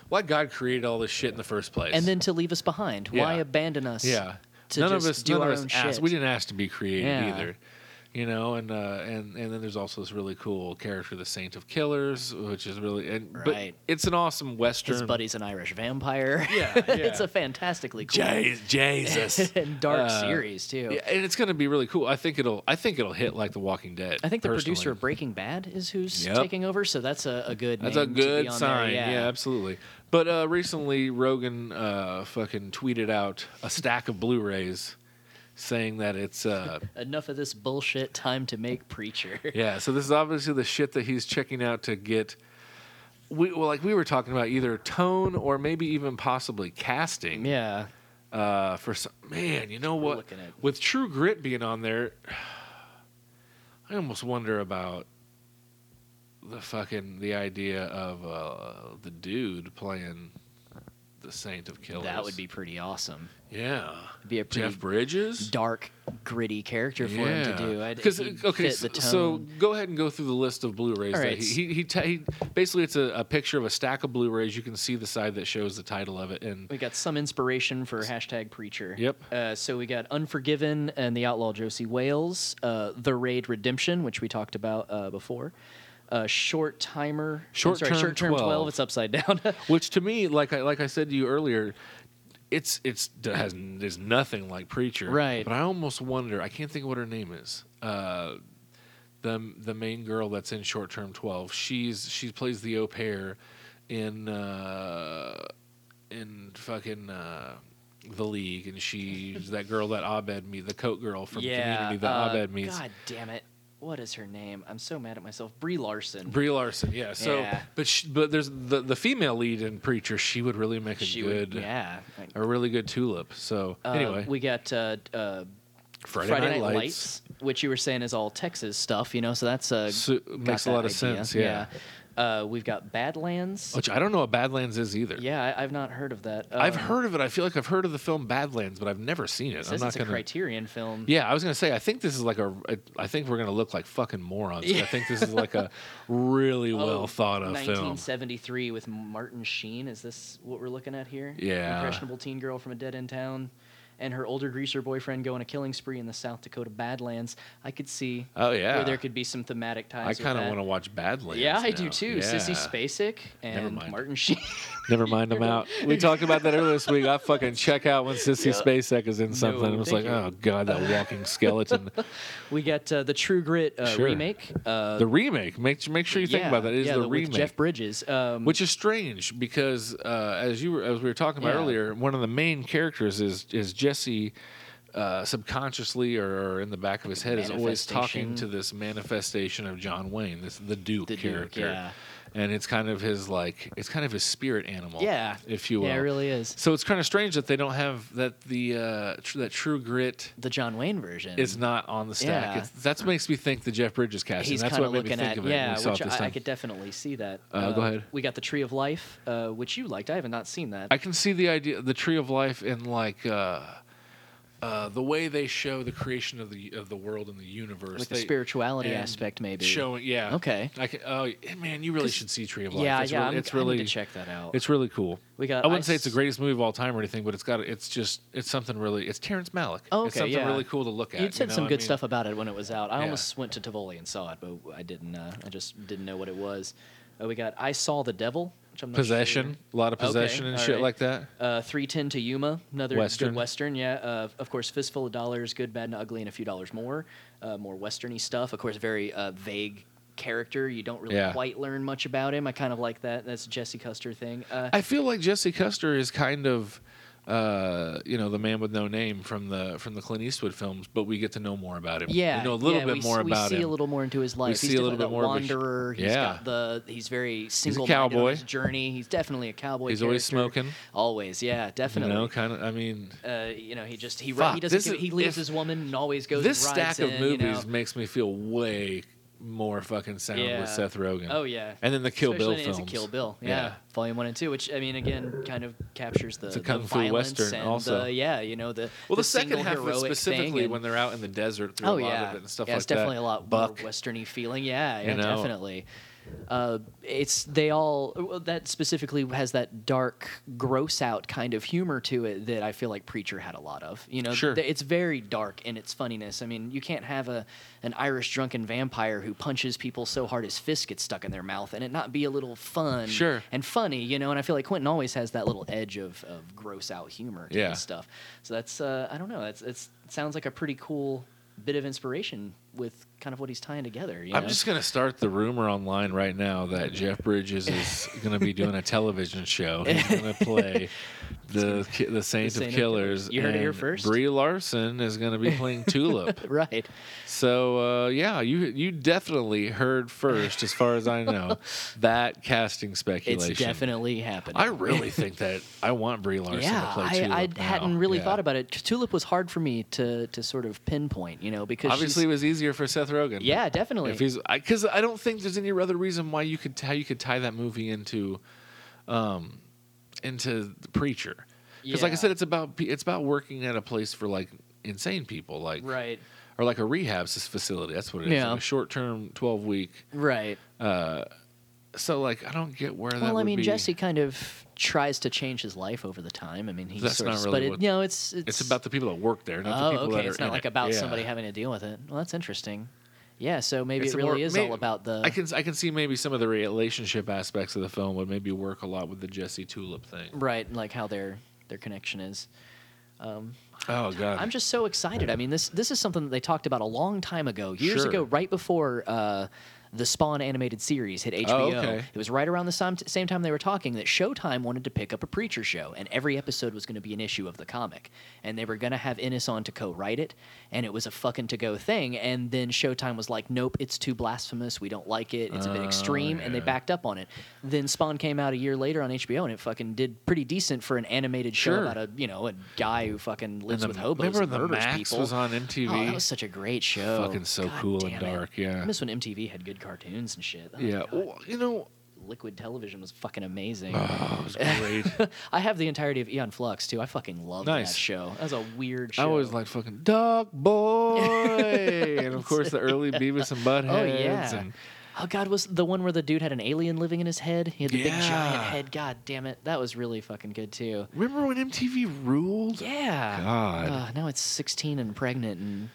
S1: why God created all this shit in the first place.
S2: and then to leave us behind. Why
S1: Yeah.
S2: abandon us?
S1: Yeah.
S2: to
S1: none of
S2: just
S1: us,
S2: do
S1: none
S2: our
S1: of us
S2: own
S1: asked.
S2: shit.
S1: We didn't ask to be created
S2: Yeah.
S1: either. You know, and uh, and and then there's also this really cool character, the Saint of Killers, which is really and
S2: Right.
S1: but it's an awesome western.
S2: His buddy's an Irish vampire.
S1: Yeah,
S2: <laughs> it's
S1: yeah.
S2: a fantastically cool
S1: Jas-
S2: <laughs>
S1: Jesus.
S2: and dark
S1: Uh,
S2: series too.
S1: yeah, and it's going to be really cool. I think it'll I think it'll hit like The Walking Dead.
S2: I think the
S1: personally.
S2: producer of Breaking Bad is who's
S1: Yep.
S2: taking over, so that's a, a good.
S1: That's
S2: name
S1: a
S2: to be
S1: good
S2: on there,
S1: sign. Yeah.
S2: yeah,
S1: absolutely. But uh, recently, Rogan uh, fucking tweeted out a stack of Blu-rays saying that it's uh,
S2: enough of this bullshit. Time to make preacher.
S1: <laughs> yeah. So this is obviously the shit that he's checking out to get. We well, like we were talking about either tone or maybe even possibly casting.
S2: yeah,
S1: Uh, for some man, you know
S2: We're
S1: what?
S2: looking at-
S1: With True Grit being on there, <sighs> I almost wonder about the fucking the idea of uh, the dude playing the Saint of Killers.
S2: that would be pretty awesome.
S1: yeah.
S2: It'd be a pretty
S1: Jeff Bridges.
S2: dark, gritty character for him to do. I'd,
S1: 'Cause, uh,
S2: he'd
S1: okay,
S2: fit the
S1: so, so
S2: tone.
S1: go ahead and go through the list of Blu-rays.
S2: All
S1: that
S2: right.
S1: he, he, he, ta- he basically it's a, a picture of a stack of Blu-rays. You can see the side that shows the title of it, and
S2: we got some inspiration for hashtag preacher.
S1: Yep.
S2: Uh, so we got Unforgiven and the Outlaw Josie Wales, uh, The Raid Redemption, which we talked about uh, before, uh, short timer. I'm
S1: Short
S2: sorry,
S1: Term
S2: short term
S1: 12.
S2: twelve. It's upside down. <laughs>
S1: Which to me, like I like I said to you earlier, it's it's d- has there's nothing like Preacher,
S2: Right.
S1: But I almost wonder. I can't think of what her name is. Uh, the the main girl that's in Short Term Twelve. She's she plays the au pair in uh, in fucking. Uh, the league, and she's that girl that Abed meet, the coat girl from
S2: yeah.
S1: Community that
S2: uh,
S1: Abed meets.
S2: God damn it! What is her name? I'm so mad at myself. Brie Larson.
S1: Brie Larson, yeah. So,
S2: Yeah.
S1: but sh but there's the the female lead in Preacher. She would really make a
S2: she
S1: good,
S2: would. Yeah. Like,
S1: a really good tulip. So
S2: uh,
S1: anyway,
S2: we got uh, d- uh,
S1: Friday,
S2: Friday,
S1: Night, Lights,
S2: which you were saying is all Texas stuff. You know, so that's uh,
S1: So-
S2: got
S1: makes a
S2: that
S1: lot of
S2: idea.
S1: sense, yeah.
S2: Uh, we've got Badlands.
S1: which I don't know what Badlands is either.
S2: Yeah, I, I've not heard of that.
S1: I've
S2: Um,
S1: heard of it. I feel like I've heard of the film Badlands, but I've never seen it.
S2: It
S1: I'm
S2: says
S1: not
S2: it's
S1: gonna.
S2: a Criterion film.
S1: yeah, I was gonna say. I think this is like a. I- I think we're gonna look like fucking morons. but I think this is
S2: <laughs>
S1: like a really
S2: Oh,
S1: well thought of film.
S2: 1973 with Martin Sheen. Is this what we're looking at here?
S1: Yeah.
S2: Impressionable teen girl from a dead end town and her older greaser boyfriend go on a killing spree in the South Dakota Badlands. I could see
S1: Oh yeah,
S2: where there could be some thematic ties.
S1: I kind of want to watch Badlands.
S2: Yeah, I
S1: now.
S2: do too.
S1: Yeah.
S2: Sissy Spacek and
S1: mind.
S2: Martin Sheen. <laughs>
S1: Never mind, I'm out. We talked about that earlier this week. I fucking check out when
S2: <laughs>
S1: Sissy Spacek is in something.
S2: No,
S1: I was
S2: thank
S1: like,
S2: you.
S1: oh god, that
S2: <laughs>
S1: walking skeleton.
S2: we got uh, the True Grit uh,
S1: Sure.
S2: remake. Uh,
S1: the remake. Make make sure you think
S2: yeah,
S1: about that. It is
S2: yeah,
S1: the,
S2: with
S1: remake,
S2: Jeff Bridges. Um,
S1: which is strange because uh, as you were, as we were talking about
S2: Yeah.
S1: earlier, one of the main characters is is Jesse. Uh, subconsciously or, or in the back of his head is always talking
S2: Manifestation.
S1: to this manifestation of John Wayne, this the Duke
S2: The Duke,
S1: character,
S2: yeah.
S1: and it's kind of his like it's kind of his spirit animal,
S2: yeah.
S1: if you will.
S2: Yeah, it really is.
S1: So it's kind of strange that they don't have that the uh, tr- that True Grit
S2: The John Wayne version.
S1: is not on the stack.
S2: Yeah.
S1: It's, that makes me think the Jeff Bridges casting.
S2: he's
S1: That's
S2: kind
S1: what
S2: of
S1: made me
S2: looking
S1: think
S2: at
S1: of it.
S2: yeah,
S1: when we saw
S2: which
S1: it this
S2: I, I
S1: time.
S2: could definitely see that. Um,
S1: Uh, go ahead.
S2: We got the Tree of Life, uh, which you liked. I haven't not seen that.
S1: I can see the idea, the Tree of Life, in like uh, uh, the way they show the creation of the of the world and the universe,
S2: like the
S1: They-
S2: spirituality
S1: and
S2: aspect, maybe.
S1: Showing, yeah.
S2: Okay.
S1: I can, oh man, you really should see Tree of Life.
S2: Yeah,
S1: it's
S2: yeah.
S1: really,
S2: I'm,
S1: it's
S2: I
S1: really
S2: need to check that out.
S1: It's really cool.
S2: We got
S1: I wouldn't
S2: I
S1: say it's the
S2: s-
S1: greatest movie of all time or anything, but it's got it's just it's something really. It's Terrence Malick.
S2: Oh,
S1: It's
S2: okay,
S1: something
S2: yeah.
S1: really cool to look at.
S2: you said
S1: know
S2: some
S1: what I
S2: good
S1: mean?
S2: stuff about it when it was out. I
S1: Yeah.
S2: almost went to Tivoli and saw it, but I didn't. Uh, I just didn't know what it was. Uh, we got I Saw the Devil, which I'm not
S1: Possession, a lot of
S2: Okay,
S1: possession and
S2: all
S1: shit
S2: right.
S1: like that.
S2: Sure. Uh, 310 to Yuma, another
S1: Western.
S2: good Western. Yeah, uh, of course, Fistful of Dollars, Good, Bad, and Ugly, and a few dollars more. Uh, more Westerny stuff. Of course, very uh, vague character. You don't really
S1: Yeah.
S2: quite learn much about him. I kind of like that. That's a Jesse Custer thing. Uh,
S1: I feel like Jesse Custer is kind of, uh, you know, the man with no name from the from the Clint Eastwood films, but we get to know more about him.
S2: yeah,
S1: we know a little
S2: yeah,
S1: bit
S2: we, s-
S1: more
S2: we
S1: about
S2: see
S1: him.
S2: a little more into his life.
S1: see
S2: he's
S1: a little
S2: definitely
S1: bit more of a sh-
S2: that wanderer. He's
S1: Yeah.
S2: got the he's very single
S1: cowboy.
S2: On his journey. He's definitely a cowboy.
S1: He's always
S2: character.
S1: smoking.
S2: Always, yeah,
S1: you
S2: definitely.
S1: know, kind of. I mean,
S2: uh, you know, he just he ri-
S1: Fuck,
S2: he doesn't
S1: this
S2: give,
S1: is-
S2: he leaves
S1: if-
S2: his woman and always goes.
S1: this
S2: and rides
S1: stack of
S2: in, you
S1: movies
S2: know?
S1: makes me feel way more fucking sound
S2: Yeah.
S1: with Seth Rogen.
S2: Oh yeah.
S1: And then the Kill Bill
S2: Especially when it's a
S1: films.
S2: Kill Bill, yeah.
S1: Yeah.
S2: Volume one and two, which I mean, again, kind of captures the,
S1: It's a
S2: the
S1: kung fu
S2: violence
S1: western
S2: and
S1: also.
S2: the yeah, you know the
S1: Well, the,
S2: single
S1: second half of it
S2: heroic
S1: specifically
S2: thing and-
S1: when they're out in the desert through
S2: oh
S1: a lot
S2: yeah,
S1: of it and stuff
S2: yeah,
S1: like
S2: it's definitely
S1: that.
S2: a lot
S1: Buck.
S2: more westerny feeling. Yeah,
S1: You
S2: yeah,
S1: know?
S2: definitely. Uh, it's they all well, that specifically has that dark, gross out kind of humor to it that I feel like Preacher had a lot of. You know,
S1: Sure.
S2: th- it's very dark in its funniness. I mean, you can't have a an Irish drunken vampire who punches people so hard his fist gets stuck in their mouth and it not be a little fun
S1: Sure.
S2: and funny. You know, and I feel like Quentin always has that little edge of, of gross out humor to
S1: Yeah.
S2: his stuff. So that's uh, I don't know. That's it's it sounds like a pretty cool bit of inspiration with kind of what he's tying together. You
S1: I'm
S2: know?
S1: just gonna start the rumor online right now that Jeff Bridges
S2: <laughs>
S1: is gonna be doing a television show. He's gonna play the ki- the Saint,
S2: Saint
S1: of
S2: of
S1: Killers.
S2: Killers. You heard it here
S1: and
S2: first.
S1: Brie Larson is gonna be
S2: <laughs>
S1: playing Tulip.
S2: <laughs> right.
S1: So uh, yeah, you you definitely heard first, as far as I
S2: <laughs>
S1: know, that casting
S2: It's
S1: speculation.
S2: definitely happening.
S1: I really think that I want Brie Larson to
S2: yeah,
S1: play Tulip.
S2: I, I
S1: now.
S2: hadn't really
S1: Yeah.
S2: thought about it. Tulip was hard for me to to sort of pinpoint, you know, because
S1: Obviously, it
S2: she's-
S1: was easier for Seth Rogen.
S2: yeah, definitely.
S1: If he's, because I, don't think there's any other reason why you could how you could tie that movie into, um, into the preacher. Because like I
S2: Yeah.
S1: said, it's about pe- it's about working at a place for like insane people, like
S2: right,
S1: or like a rehab s- facility. That's what it is.
S2: Yeah.
S1: like a short term, twelve week.
S2: right.
S1: So like, I don't get where that.
S2: well, I
S1: would
S2: mean,
S1: be.
S2: Jesse kind of tries to change his life over the time. I mean, he's
S1: That's
S2: sort
S1: not
S2: of,
S1: really
S2: but it,
S1: what-
S2: you know, it's
S1: It's
S2: it's,
S1: about the people that work there, not the
S2: oh,
S1: people
S2: okay.
S1: that are
S2: it's not
S1: in
S2: like
S1: it.
S2: about
S1: Yeah.
S2: somebody having to deal with it. Well, that's interesting. Yeah, so maybe
S1: It's
S2: it
S1: a more-
S2: really is
S1: may-
S2: all about the.
S1: I can I can see maybe some of the relationship aspects of the film would maybe work a lot with the Jesse Tulip thing.
S2: right like how their their connection is um,
S1: Oh god,
S2: i'm just so excited i mean this this is something that they talked about a long time ago years
S1: Sure.
S2: ago right before uh, the spawn animated series hit hbo
S1: Oh, okay.
S2: it was right around the same, same time they were talking that showtime wanted to pick up a preacher show and every episode was going to be an issue of the comic and they were going to have ennis on to co-write it and it was a fucking to go thing and then showtime was like nope it's too blasphemous we don't like it it's a bit
S1: Oh,
S2: extreme and they
S1: yeah.
S2: backed backed up on it. Then Spawn came out a year later on HBO, and it fucking did pretty decent for an animated show
S1: Sure.
S2: about a you know a guy who fucking
S1: And
S2: lives
S1: the-
S2: with hobos
S1: remember
S2: and
S1: the
S2: murders
S1: Max
S2: people.
S1: was on MTV.
S2: Oh, that was such a great show.
S1: Fucking so
S2: God
S1: cool and
S2: damn it.
S1: dark, yeah.
S2: I miss when MTV had good cartoons and shit. Oh,
S1: yeah,
S2: God.
S1: well, you know,
S2: Liquid television was fucking amazing.
S1: oh, it was great.
S2: <laughs> I have the entirety of Eon Flux too. I fucking loved
S1: Nice.
S2: that show. That was a weird
S1: I
S2: show.
S1: always liked fucking Duck
S2: <laughs>
S1: Boy, and of course the early Beavis and Buttheads.
S2: Oh yeah.
S1: and
S2: oh god, was the one where the dude had an alien living in his head? He had the big giant
S1: Yeah.
S2: head. God damn it, that was really fucking good too.
S1: remember when MTV ruled?
S2: Yeah.
S1: God.
S2: Ugh, now it's 16 and pregnant and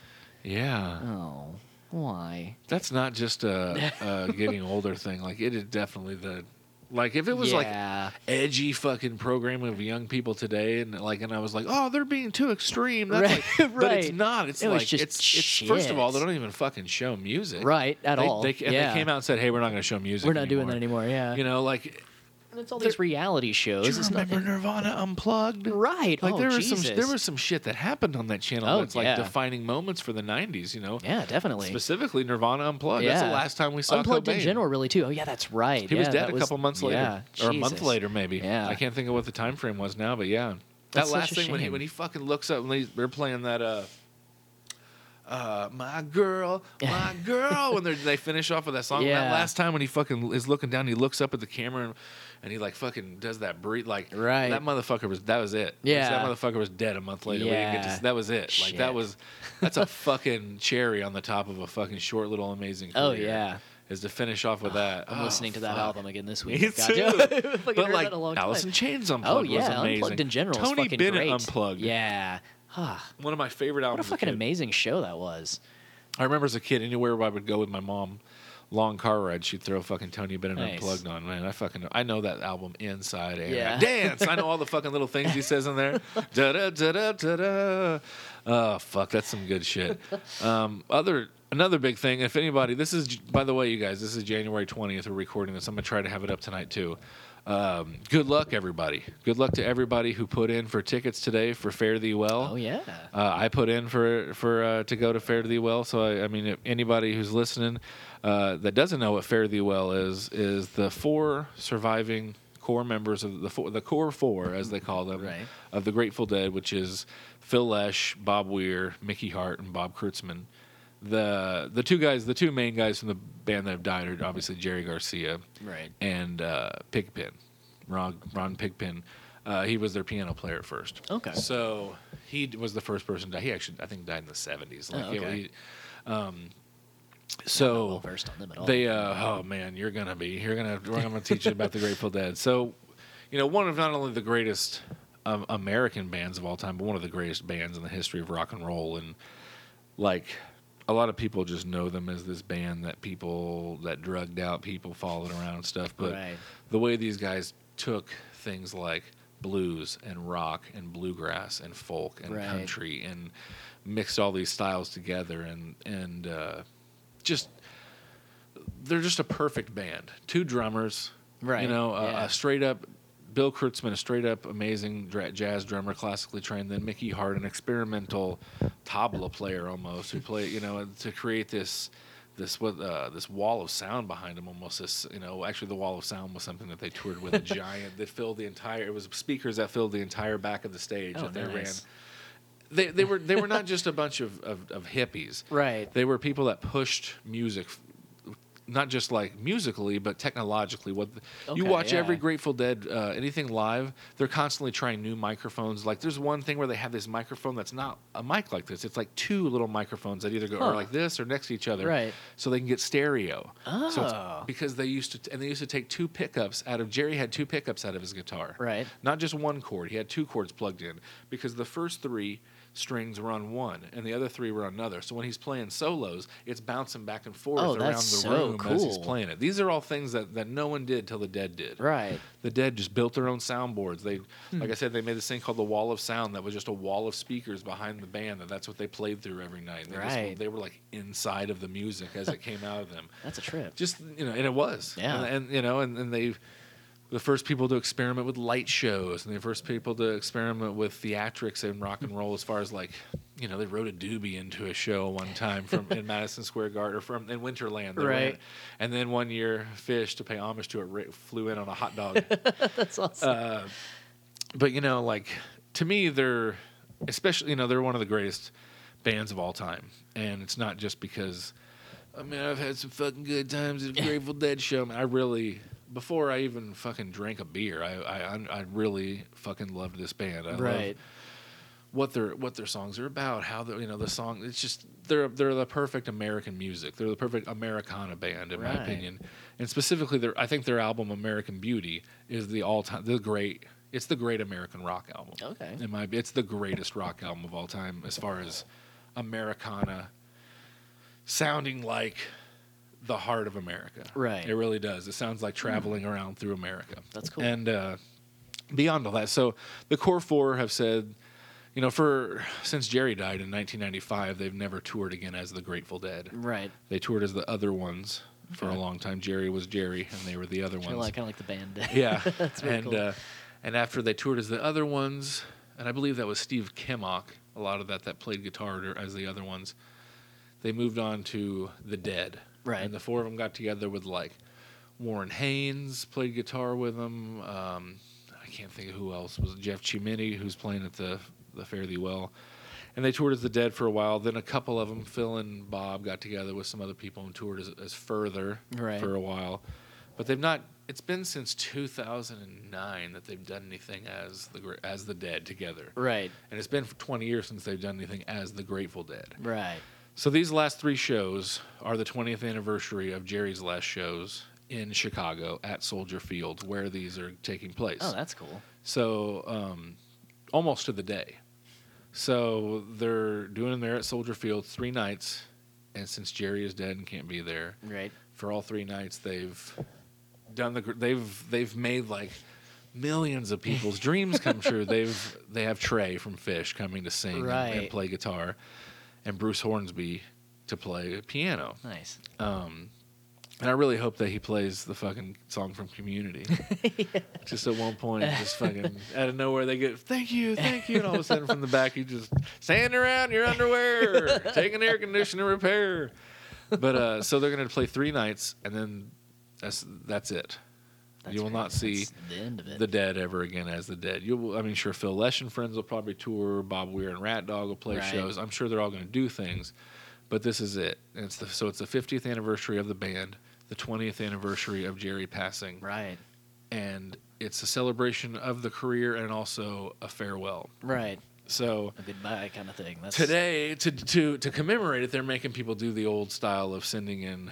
S1: Yeah.
S2: oh, why?
S1: That's not just a,
S2: <laughs>
S1: a getting older thing. Like it is definitely the like if it was like
S2: yeah.
S1: edgy fucking programming of young people today and like and I was like, "Oh, they're being too extreme." That's
S2: Right, <laughs>
S1: like, but it's
S2: right.
S1: not. It's
S2: It was
S1: like
S2: just
S1: it's, it's first of all, they
S2: shit.
S1: don't even fucking show music.
S2: right at
S1: They,
S2: all.
S1: they, and
S2: yeah.
S1: they came out and said, "Hey, we're not going to show music.
S2: We're not doing that anymore. Yeah.
S1: You know, like
S2: and it's all these reality shows.
S1: do you
S2: It's Oh, not
S1: remember Nirvana Unplugged?
S2: right.
S1: Like
S2: oh,
S1: there was
S2: Jesus.
S1: some there was some shit that happened on that channel
S2: Oh,
S1: that's
S2: yeah.
S1: like defining moments for the '90s. You know,
S2: Yeah, definitely.
S1: specifically Nirvana Unplugged. oh, That's the
S2: Yeah.
S1: last time we saw
S2: Unplugged in
S1: Cobain.
S2: general, really too. Oh yeah, that's right.
S1: He was
S2: Yeah,
S1: dead
S2: that
S1: a couple months later,
S2: Yeah,
S1: or a month
S2: Jesus.
S1: later, maybe.
S2: Yeah.
S1: I can't think of what the time frame was now, but yeah, that
S2: That's such
S1: last
S2: a
S1: thing when he
S2: shame.
S1: when he fucking looks up and they, they're playing that uh, uh, my
S2: <laughs>
S1: girl, my girl, when they they finish off with that song.
S2: Yeah.
S1: That last time when he fucking is looking down, he looks up at the camera and, and he like fucking does that breathe like
S2: Right.
S1: That motherfucker was that was it.
S2: Yeah.
S1: that motherfucker was dead a month later. We didn't get
S2: Yeah.
S1: to, that was it. Like that
S2: Shit.
S1: was that's a fucking cherry on the top of a fucking short little amazing.
S2: Oh,
S1: career,
S2: yeah.
S1: Is to finish off with that.
S2: I'm
S1: Oh,
S2: listening to that
S1: fuck.
S2: album again this week.
S1: Me
S2: <laughs> God,
S1: too.
S2: I fucking
S1: but
S2: heard
S1: like
S2: that a long time.
S1: Alice in Chains unplugged
S2: oh yeah,
S1: was amazing.
S2: unplugged in general. is
S1: Tony
S2: fucking
S1: Bennett
S2: great.
S1: unplugged.
S2: Yeah. Huh.
S1: one of my favorite
S2: What a
S1: albums. as
S2: fucking
S1: kid.
S2: amazing show that was.
S1: Oh. I remember as a kid, anywhere I would go with my mom, long car ride, she'd throw fucking Tony Bennett
S2: Nice.
S1: unplugged on. Man, I fucking I know that album inside and
S2: Yeah.
S1: out. dance. I know all the fucking little things he says in
S2: <laughs>
S1: there. Da da da da da da. Oh fuck, that's some good shit. Um, other. Another big thing, if anybody, this is, by the way, you guys, this is January 20th. We're recording this. I'm going to try to have it up tonight, too. Um, good luck, everybody. Good luck to everybody who put in for tickets today for Fare Thee Well.
S2: Oh yeah.
S1: Uh, I put in for for uh, to go to Fare Thee Well. So I, I mean, if anybody who's listening uh, that doesn't know what Fare Thee Well is is the four surviving core members of the four, the core four as they call them
S2: Right.
S1: of the Grateful Dead, which is Phil Lesh, Bob Weir, Mickey Hart, and Bob Kurtzman. The the two guys, the two main guys from the band that have died are obviously Jerry Garcia
S2: Right.
S1: and uh, Pigpen, Ron Ron Pigpen. Uh, he was their piano player at first.
S2: Okay.
S1: So he d- was the first person to die. He actually, I think, died in the seventies.
S2: Oh, okay.
S1: um,
S2: well
S1: so
S2: versed on them at all.
S1: they, uh, oh man, you're gonna be, you're gonna, we're gonna teach you about the
S2: <laughs>
S1: Grateful Dead. So, you know, one of not only the greatest um, American bands of all time, but one of the greatest bands in the history of rock and roll, and like a lot of people just know them as this band that people that drugged out people followed around and stuff. But
S2: Right.
S1: the way these guys took things like blues and rock and bluegrass and folk and
S2: Right.
S1: country and mixed all these styles together and and uh, just they're just a perfect band. Two drummers,
S2: Right,
S1: You know, a-
S2: yeah.
S1: a straight up Bill Kurtzman, a straight up amazing dra- jazz drummer, classically trained. Then Mickey Hart, an experimental tabla player almost, who played, you know, to create this this what uh, this wall of sound behind him almost this you know actually the wall of sound was something that they toured
S2: <laughs>
S1: with a giant that filled the entire it was speakers that filled the entire back of the stage
S2: Oh,
S1: that they ran
S2: nice.
S1: they, they were they were not just a bunch of, of, of hippies
S2: <laughs> Right.
S1: they were people that pushed music f- not just like musically but technologically what the, you
S2: Okay,
S1: watch
S2: yeah.
S1: every grateful dead uh, anything live they're constantly trying new microphones like there's one thing where they have this microphone that's not a mic like this it's like two little microphones that either go
S2: Huh.
S1: are like this or next to each other
S2: Right.
S1: so they can get stereo so it's-
S2: Oh.
S1: because they used to t- and they used to take two pickups out of jerry had two pickups out of his guitar
S2: Right.
S1: not just one chord. He had two chords plugged in because the first three strings were on one and the other three were on another. So when he's playing solos, it's bouncing back and forth
S2: Oh,
S1: around the
S2: that's so
S1: room as he's
S2: cool.
S1: playing it. These are all things that, that no one did till the Dead did.
S2: Right.
S1: The Dead just built their own soundboards. They,
S2: Hmm.
S1: like I said, they made this thing called the Wall of Sound that was just a wall of speakers behind the band, and that's what they played through every night. They just-
S2: Right.
S1: they were like inside of the music as it came out of them.
S2: That's a trip.
S1: Just you know, and it was.
S2: Yeah.
S1: And, and you know, and, and they, the first people to experiment with light shows, and the first people to experiment with theatrics and rock and roll, as far as like, you know, they wrote a doobie into a show one time
S2: <laughs>
S1: from in Madison Square Garden or from in Winterland, They ran
S2: Right.
S1: it. And then one year, Fish to pay homage to it ra- flew in on a hot dog.
S2: That's awesome.
S1: Uh, but you know, like to me, they're especially you know they're one of the greatest bands of all time, and it's not just because. I mean, I've had some fucking good times at the Grateful Dead show. Man, I really, before I even fucking drank a beer, I I, I- I really fucking loved this band. I love
S2: right.
S1: what their what their songs are about, how the you know the song. It's just they're they're the perfect American music. They're the perfect Americana band in
S2: Right.
S1: my opinion, and specifically their I think their album American Beauty is the all time the great. It's the great American rock album.
S2: Okay.
S1: In my it's the greatest rock album of all time as far as Americana sounding like the heart of America.
S2: Right.
S1: It really does. It sounds like traveling around through America.
S2: That's cool.
S1: And uh, beyond all that, so the core four have said, you know, for since Jerry died in 1995, they've never toured again as the Grateful Dead.
S2: Right.
S1: They toured as the other ones for
S2: Okay.
S1: a long time. Jerry was Jerry, and they were the other ones.
S2: Kind of like, kind of like the band. <laughs>
S1: Yeah,
S2: really
S1: and
S2: cool.
S1: uh, and after they toured as the other ones, and I believe that was Steve Kimmock. A lot of that that played guitar or- as the other ones. They moved on to the Dead,
S2: Right.
S1: And the four of them got together with like Warren Haynes played guitar with them. Um, I can't think of who else was it Jeff Chimini, who's playing at the the Fare Thee Well. And they toured as the Dead for a while. Then a couple of them, Phil and Bob, got together with some other people and toured as, as further
S2: Right.
S1: for a while. But they've not. It's been since 2009 that they've done anything as the Gra- as the Dead together,
S2: right.
S1: and it's been 20 years since they've done anything as the Grateful Dead.
S2: Right.
S1: So these last three shows are the 20th anniversary of Jerry's last shows in Chicago at Soldier Field, where these are taking place.
S2: Oh, that's cool.
S1: So um, almost to the day. So they're doing them there at Soldier Field three nights, and since Jerry is dead and can't be there,
S2: Right.
S1: for all three nights they've done the gr- they've they've made like millions of people's dreams come true. They've they have Trey from Fish coming to sing and- and,
S2: Right.
S1: play guitar, and Bruce Hornsby to play piano.
S2: Nice.
S1: Um, and I really hope that he plays the fucking song from Community. Just at one point, just fucking out of nowhere, they get thank you, thank you, and all of a sudden from the back, he just sand around your underwear, take an air conditioner repair. But uh, so they're gonna play three nights, and then that's that's it.
S2: That's
S1: you will
S2: right.
S1: not see
S2: That's the end of it.
S1: the dead ever again as the dead. You, will I mean, sure, Phil Lesh and friends will probably tour. Bob Weir and Rat Dog will play
S2: Right.
S1: shows. I'm sure they're all going to do things, but this is it. And it's the, so it's the 50th anniversary of the band, the 20th anniversary of Jerry passing,
S2: right.
S1: and it's a celebration of the career and also a farewell.
S2: Right.
S1: So
S2: A goodbye kind of thing. That's
S1: today to to to commemorate it they're making people do the old style of sending in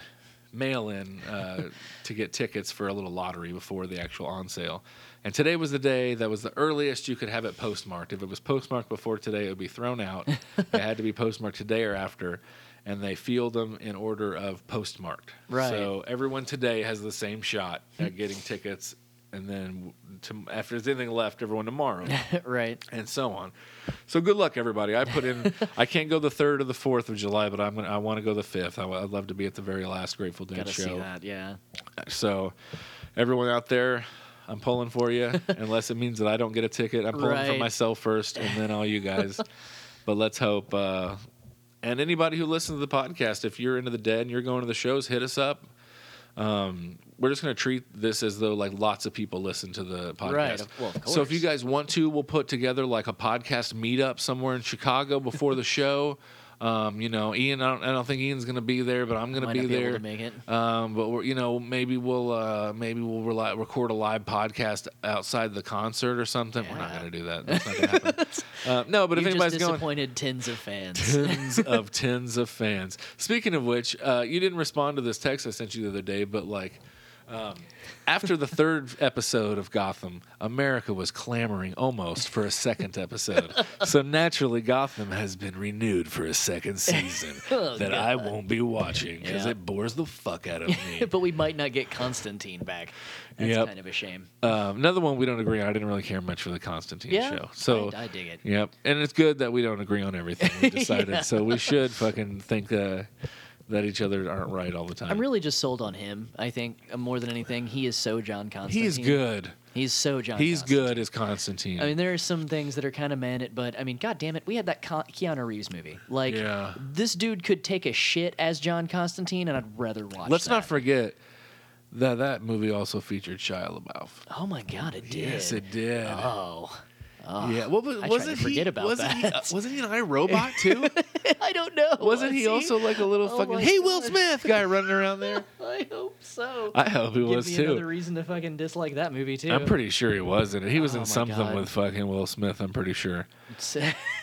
S1: mail in
S2: <laughs>
S1: uh, to get tickets for a little lottery before the actual on sale and today was the day that was the earliest you could have it postmarked if it was postmarked before today it would be thrown
S2: <laughs>
S1: out it had to be postmarked today or after and they field them in order of postmarked
S2: Right.
S1: so everyone today has the same shot at getting tickets and then to, after there's anything left everyone
S2: <laughs>
S1: tomorrow
S2: <laughs> right.
S1: and so on. So good luck, everybody. I put
S2: <laughs>
S1: in. I can't go the third or the fourth of July, but I'm gonna. I want to go the fifth. I, would love to be at the very last Grateful Dead
S2: Gotta see
S1: show.
S2: that. Yeah.
S1: So, everyone out there, I'm pulling for
S2: <laughs>
S1: you. unless it means that I don't get a ticket, I'm pulling for
S2: Right.
S1: myself first, and then all you
S2: <laughs>
S1: guys. but let's hope. Uh, and anybody who listens to the podcast, if you're into the dead and you're going to the shows, hit us up. Um, we're just gonna treat this as though like lots of people listen to the podcast.
S2: Right, of- well, of
S1: So if you
S2: course.
S1: guys want to, we'll put together like a podcast meetup somewhere in Chicago before
S2: <laughs>
S1: the show. Um, you know, Ian, I don't, I don't think Ian's gonna be there, but I'm gonna
S2: Might
S1: be
S2: not be
S1: there.
S2: able to make it.
S1: Um, but we're, you know, maybe we'll uh, maybe we'll reli record a live podcast outside the concert or something. We're not
S2: Yeah.
S1: gonna do that. That's not gonna
S2: <laughs>
S1: happen. uh, no, but
S2: You've
S1: if
S2: just
S1: anybody's going,
S2: disappointed tens
S1: <laughs>
S2: of fans. <laughs>
S1: tens of tens of fans. Speaking of which, uh, you didn't respond to this text I sent you the other day, but like, Um, after the third episode of Gotham, America was clamoring almost for a second
S2: <laughs>
S1: episode. so naturally, Gotham has been renewed for a second season
S2: <laughs> Oh,
S1: that I won't be watching because
S2: Yeah.
S1: it bores the fuck
S2: <laughs>
S1: out of me.
S2: but we might not get Constantine back. That's
S1: Yep.
S2: kind of a shame.
S1: um, another one we don't agree on. I didn't really care much for the Constantine
S2: Yeah,
S1: show. So
S2: I, I dig it.
S1: Yep, and it's good that we don't agree on everything
S2: <laughs>
S1: we decided. So we should fucking think uh, that each other aren't right all the time.
S2: I'm really just sold on him. I think uh, more than anything, he is so John Constantine.
S1: He's good.
S2: He's so John.
S1: He's
S2: Constantine.
S1: good as Constantine.
S2: I mean, there are some things that are kind of man it, but I mean, god damn it, we had that Con- Keanu Reeves movie. Like,
S1: Yeah.
S2: this dude could take a shit as John Constantine, and I'd rather watch.
S1: Let's not
S2: that.
S1: forget that that movie also featured Shia LaBeouf.
S2: Oh my god, it did.
S1: Yes, it did.
S2: Oh, <laughs>
S1: yeah, what was,
S2: I tried
S1: wasn't
S2: to forget
S1: he?
S2: about
S1: wasn't he? uh,
S2: that.
S1: wasn't he an
S2: <laughs>
S1: iRobot too?
S2: I don't know.
S1: wasn't he
S2: Was
S1: also like a little
S2: Oh
S1: fucking
S2: my
S1: hey Will
S2: God.
S1: Smith guy running around there?
S2: <laughs> I hope so.
S1: I hope he
S2: Give
S1: was
S2: me
S1: too.
S2: another reason to fucking dislike that movie too.
S1: I'm pretty sure he was in it. He was
S2: Oh
S1: in
S2: my
S1: something
S2: God.
S1: with fucking Will Smith. I'm pretty sure.
S2: It's-